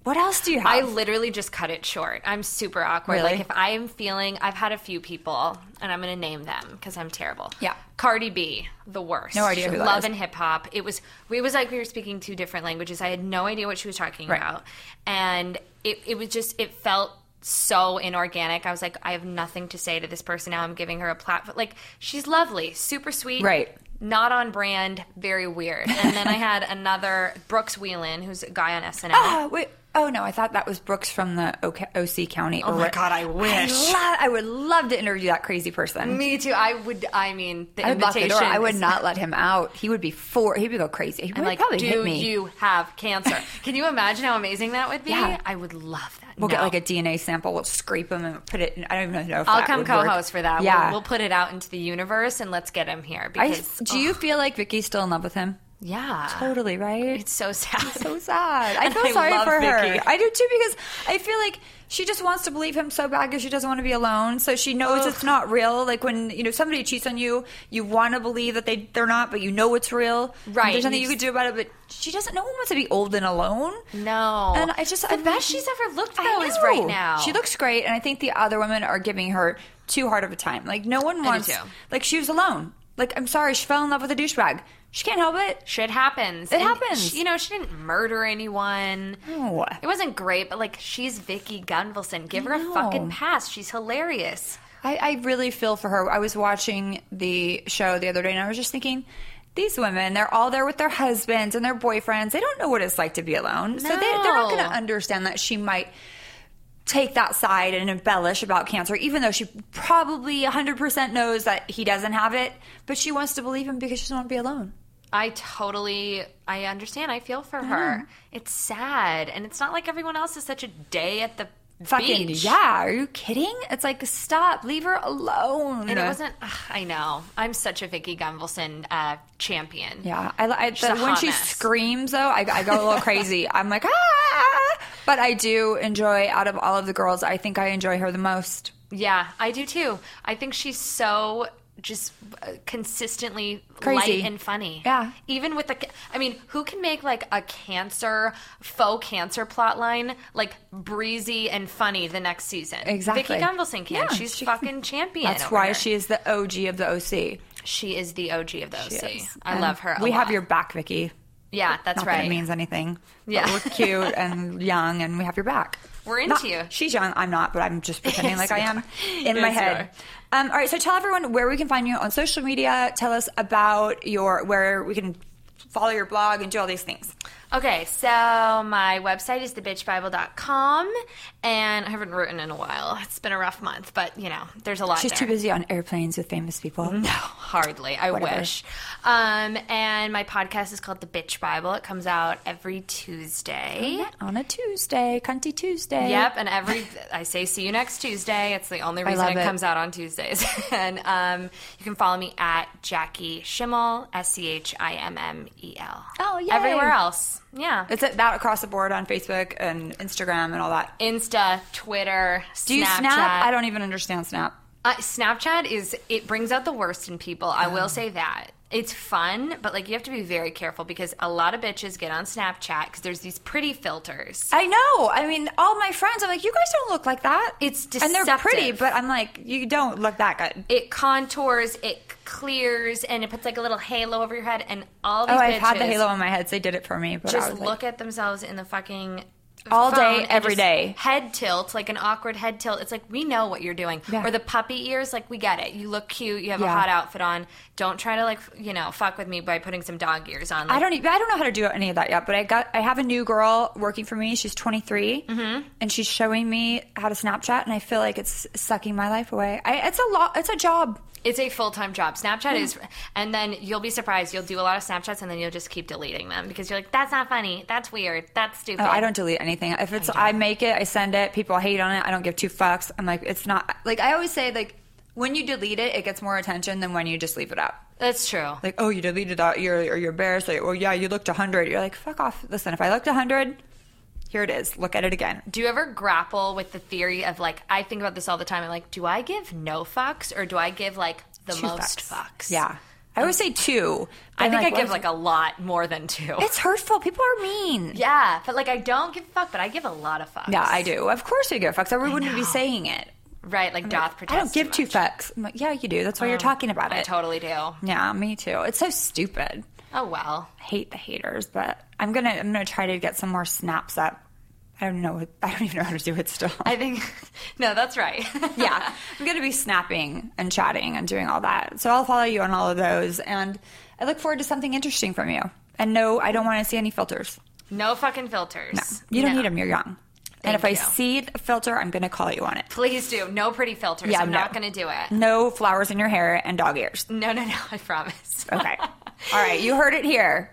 S5: what else do you have?
S6: I literally just cut it short. I'm super awkward.
S5: Really?
S6: Like if I am feeling, I've had a few people, and I'm gonna name them because I'm terrible.
S5: Yeah.
S6: Cardi B, the worst.
S5: No idea who that
S6: Love
S5: is.
S6: and hip hop. It was. It was like we were speaking two different languages. I had no idea what she was talking
S5: Right.
S6: about, and it it was just it felt so inorganic. I was like, I have nothing to say to this person now. I'm giving her a platform. Like she's lovely, super sweet,
S5: Right.
S6: Not on brand, very weird. And then I had another Brooks Wheelan, who's a guy on SNL.
S5: Oh, wait. Oh no, I thought that was Brooks from the OK OC County. Oh
S6: my God, I wish.
S5: I, lo- I would love to interview that crazy person.
S6: Me too. I would. I mean, the
S5: I would lock the
S6: invitation.
S5: door. I would
S6: is-
S5: not let him out. He would be for. He would go crazy. He would
S6: I'm like,
S5: probably
S6: do
S5: hit me.
S6: you have cancer? Can you imagine how amazing that would be?
S5: Yeah.
S6: I would love that.
S5: We'll get
S6: No.
S5: like a DNA sample. We'll scrape them and put it. in I don't even know if
S6: I'll
S5: that
S6: come
S5: would
S6: co-host
S5: work.
S6: for that.
S5: Yeah.
S6: We'll, we'll put it out into the universe and let's get him here
S5: I-
S6: because.
S5: do you feel like Vicky's still in love with him?
S6: Yeah.
S5: Totally right.
S6: It's so sad.
S5: so sad. I
S6: And
S5: feel
S6: I
S5: sorry
S6: love
S5: for
S6: Vicky.
S5: her. I do too because I feel like she just wants to believe him so bad because she doesn't want to be alone. So she knows it's not real. Like when you know somebody cheats on you, you want to believe that they they're not, but you know it's real.
S6: Right.
S5: There's nothing
S6: You
S5: you could do about it. But she doesn't. No one wants to be old and alone.
S6: No.
S5: And I just
S6: the
S5: I-
S6: best she's ever looked
S5: I
S6: though is
S5: know.
S6: right now.
S5: She looks great, and I think the other women are giving her too hard of a time. Like no one
S6: do
S5: wants.
S6: too.
S5: Like she was alone. Like I'm sorry, she fell in love with a douchebag. She can't help it.
S6: Shit happens.
S5: It
S6: And
S5: happens.
S6: she- you know, she didn't murder anyone.
S5: No.
S6: It wasn't great, but like she's Vicky Gunvalson. Give her a
S5: No.
S6: fucking pass. She's hilarious.
S5: I, I really feel for her. I was watching the show the other day and I was just thinking, these women, they're all there with their husbands and their boyfriends. They don't know what it's like to be alone. So they, they're not
S6: No.
S5: going to understand that she might take that side and embellish about cancer, even though she probably 100% knows that he doesn't have it. But she wants to believe him because she doesn't want to be alone.
S6: I totally I understand. I feel for her. It's sad, and it's not like everyone else is such a day at the
S5: Fucking,
S6: beach.
S5: yeah. Are you kidding? It's like, stop, leave her alone.
S6: And it wasn't. ugh, I know. I'm such a Vicky Gunvalson uh, champion.
S5: Yeah, I, li- I
S6: a
S5: the, when
S6: hot
S5: she
S6: mess.
S5: screams though, I, I go a little crazy. I'm like ah, but I do enjoy. Out of all of the girls, I think I enjoy her the most.
S6: Yeah, I do too. I think she's so just uh, consistently
S5: Crazy.
S6: light and funny.
S5: Yeah.
S6: Even with the, ca- I mean, who can make like a cancer faux cancer plot line like breezy and funny the next season?
S5: Exactly.
S6: Vicky Gunvalson can.
S5: Yeah,
S6: She's
S5: she can.
S6: fucking champion.
S5: That's
S6: over
S5: why
S6: here.
S5: she is the OG of the OC.
S6: She is the OG of the
S5: She
S6: OC.
S5: is.
S6: I
S5: And
S6: love her. a
S5: we have
S6: lot.
S5: your back, Vicky.
S6: Yeah, that's
S5: Not
S6: right.
S5: that it means anything. Yeah.
S6: Yeah.
S5: But we're cute and young and we have your back.
S6: We're into
S5: Not-
S6: you.
S5: She's young. I'm not, but I'm just pretending like
S6: Yes,
S5: I
S6: you
S5: am
S6: are.
S5: in my
S6: Yes, you
S5: head. Um, all right. So tell everyone where we can find you on social media. Tell us about your, where we can follow your blog and do all these things.
S6: Okay, so my website is thebitchbible.com, and I haven't written in a while. It's been a rough month, but you know, there's a lot.
S5: She's
S6: there. Mm-hmm.
S5: too busy on airplanes with famous people.
S6: Hardly. I
S5: Whatever.
S6: wish. Um, and my podcast is called The Bitch Bible. It comes out every Tuesday.
S5: on a Tuesday, cunty Tuesday.
S6: Yep, and every I say see you next Tuesday. It's the only reason
S5: love
S6: it,
S5: it.
S6: comes out on Tuesdays. and um, you can follow me at Jackie Schimmel, S C H I M M E L.
S5: Oh, yay.
S6: Everywhere else, yeah.
S5: It's that across the board on Facebook and Instagram and all that.
S6: Insta, Twitter,
S5: Do you
S6: Snapchat.
S5: snap? I don't even understand Snap.
S6: Uh, Snapchat is it brings out the worst in people. I will say that. It's fun, but like you have to be very careful because a lot of bitches get on Snapchat because there's these pretty filters.
S5: I know. I mean, all my friends, I'm like, you guys don't look like that.
S6: It's
S5: And they're pretty,
S6: deceptive.
S5: but I'm like, you don't look that good.
S6: It contours, it clears, and it puts like a little halo over your head. And all these
S5: Oh,
S6: bitches
S5: I've had the halo on my head. So they did it for me. But I
S6: just
S5: was
S6: look
S5: like,
S6: at themselves in the fucking
S5: All
S6: phone
S5: day,
S6: and
S5: every
S6: just
S5: day.
S6: Head tilt, like an awkward head tilt. It's like we know what you're doing.
S5: Yeah.
S6: Or the puppy ears, like we get it. You look cute. You have
S5: Yeah.
S6: a hot outfit on. Don't try to like you know fuck with me by putting some dog ears on. Like,
S5: I don't. Even, I don't know how to do any of that yet. But I got. I have a new girl working for me. She's 23,
S6: Mm-hmm.
S5: and she's showing me how to Snapchat, and I feel like it's sucking my life away. I, it's a lot. It's a job.
S6: It's a full time job. Snapchat is, and then you'll be surprised. You'll do a lot of Snapchats, and then you'll just keep deleting them because you're like, that's not funny. That's weird. That's stupid.
S5: No, Oh, I don't delete anything. If it's I, make it, I send it. People hate on it. I don't give two fucks. I'm like, it's not like I always say like when you delete it, it gets more attention than when you just leave it up.
S6: That's true.
S5: Like, oh, you deleted that. You're or you're embarrassed. Like, well, yeah, you looked 100. You're like, fuck off. Listen, if I looked 100, here it is. Look at it again.
S6: do you ever grapple with the theory of like, I think about this all the time. I'm like, do I give no fucks or do I give like the
S5: Two
S6: most fucks?
S5: Yeah, I always say two.
S6: I
S5: I'm
S6: think I
S5: what
S6: give
S5: if-
S6: like a lot more than two.
S5: It's hurtful. People are mean.
S6: yeah, but like I don't give a fuck, but I give a lot of fucks.
S5: Yeah, I do. Of course we give fucks. I wouldn't be
S6: know.
S5: saying it.
S6: Right, like doth protest.
S5: I don't give
S6: too
S5: two
S6: much.
S5: fucks. I'm like, yeah, you do. That's why you're talking about
S6: I
S5: it.
S6: totally do. Oh
S5: Yeah, me too. It's so stupid.
S6: well.
S5: hate the haters, but I'm gonna I'm gonna try to get some more snaps up. I don't know. what- I don't even know how to do it still.
S6: I think no, that's right.
S5: yeah, I'm gonna be snapping and chatting and doing all that. So I'll follow you on all of those, and I look forward to something interesting from you. And no, I don't want to see any filters.
S6: no fucking filters.
S5: No, you don't
S6: No.
S5: need them. You're young. and
S6: Thank
S5: if I
S6: you.
S5: see a filter, I'm gonna call you on it.
S6: Please do. No pretty filters.
S5: Yeah,
S6: I'm
S5: no.
S6: not going to do it.
S5: No flowers in your hair and dog ears.
S6: No, no, no. I promise.
S5: Okay. All right, you heard it here.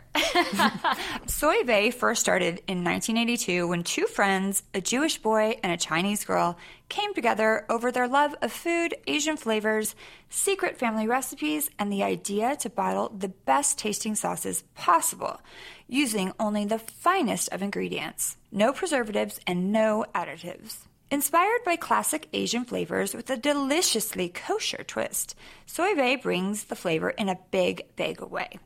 S5: Soy Bay first started in 1982 when two friends, a Jewish boy and a Chinese girl, came together over their love of food, Asian flavors, secret family recipes, and the idea to bottle the best tasting sauces possible using only the finest of ingredients, no preservatives, and no additives. Inspired by classic Asian flavors with a deliciously kosher twist, Soy Bay brings the flavor in a big, big way.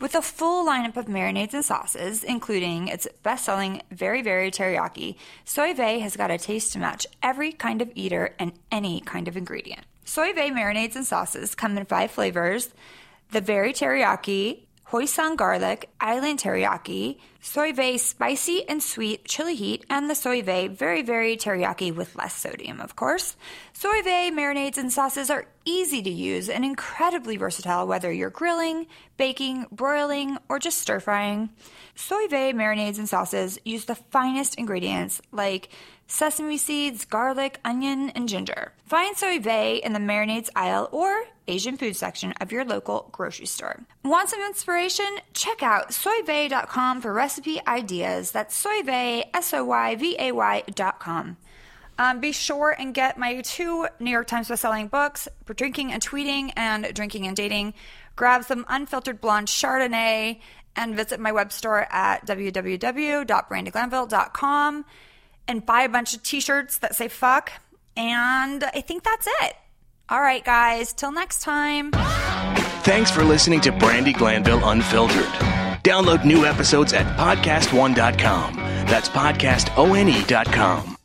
S5: With a full lineup of marinades and sauces, including its best selling Very Very Teriyaki, Soy Vey has got a taste to match every kind of eater and any kind of ingredient. Soy Vey marinades and sauces come in five flavors the Very Teriyaki, Hoisin garlic, island teriyaki, soy vey spicy and sweet chili heat, and the soy vey very, very teriyaki with less sodium, of course. Soy vey marinades and sauces are easy to use and incredibly versatile whether you're grilling, baking, broiling, or just stir frying. Soy vey marinades and sauces use the finest ingredients like sesame seeds, garlic, onion, and ginger. Find soy vey in the marinades aisle or Asian food section of your local grocery store. Want some inspiration? Check out soyvay.com for recipe ideas. That's soyvay, S-O-Y-V-A-Y dot com. Um, be sure and get my two New York Times bestselling books, Drinking and Tweeting and Drinking and Dating. Grab some unfiltered blonde Chardonnay and visit my web store at www.brandyglanville.com and buy a bunch of t-shirts that say fuck. And I think that's it. All right, guys, till next time.
S4: Thanks for listening to Brandy Glanville Unfiltered. E Download new episodes at podcastone.com. That's podcastone.com.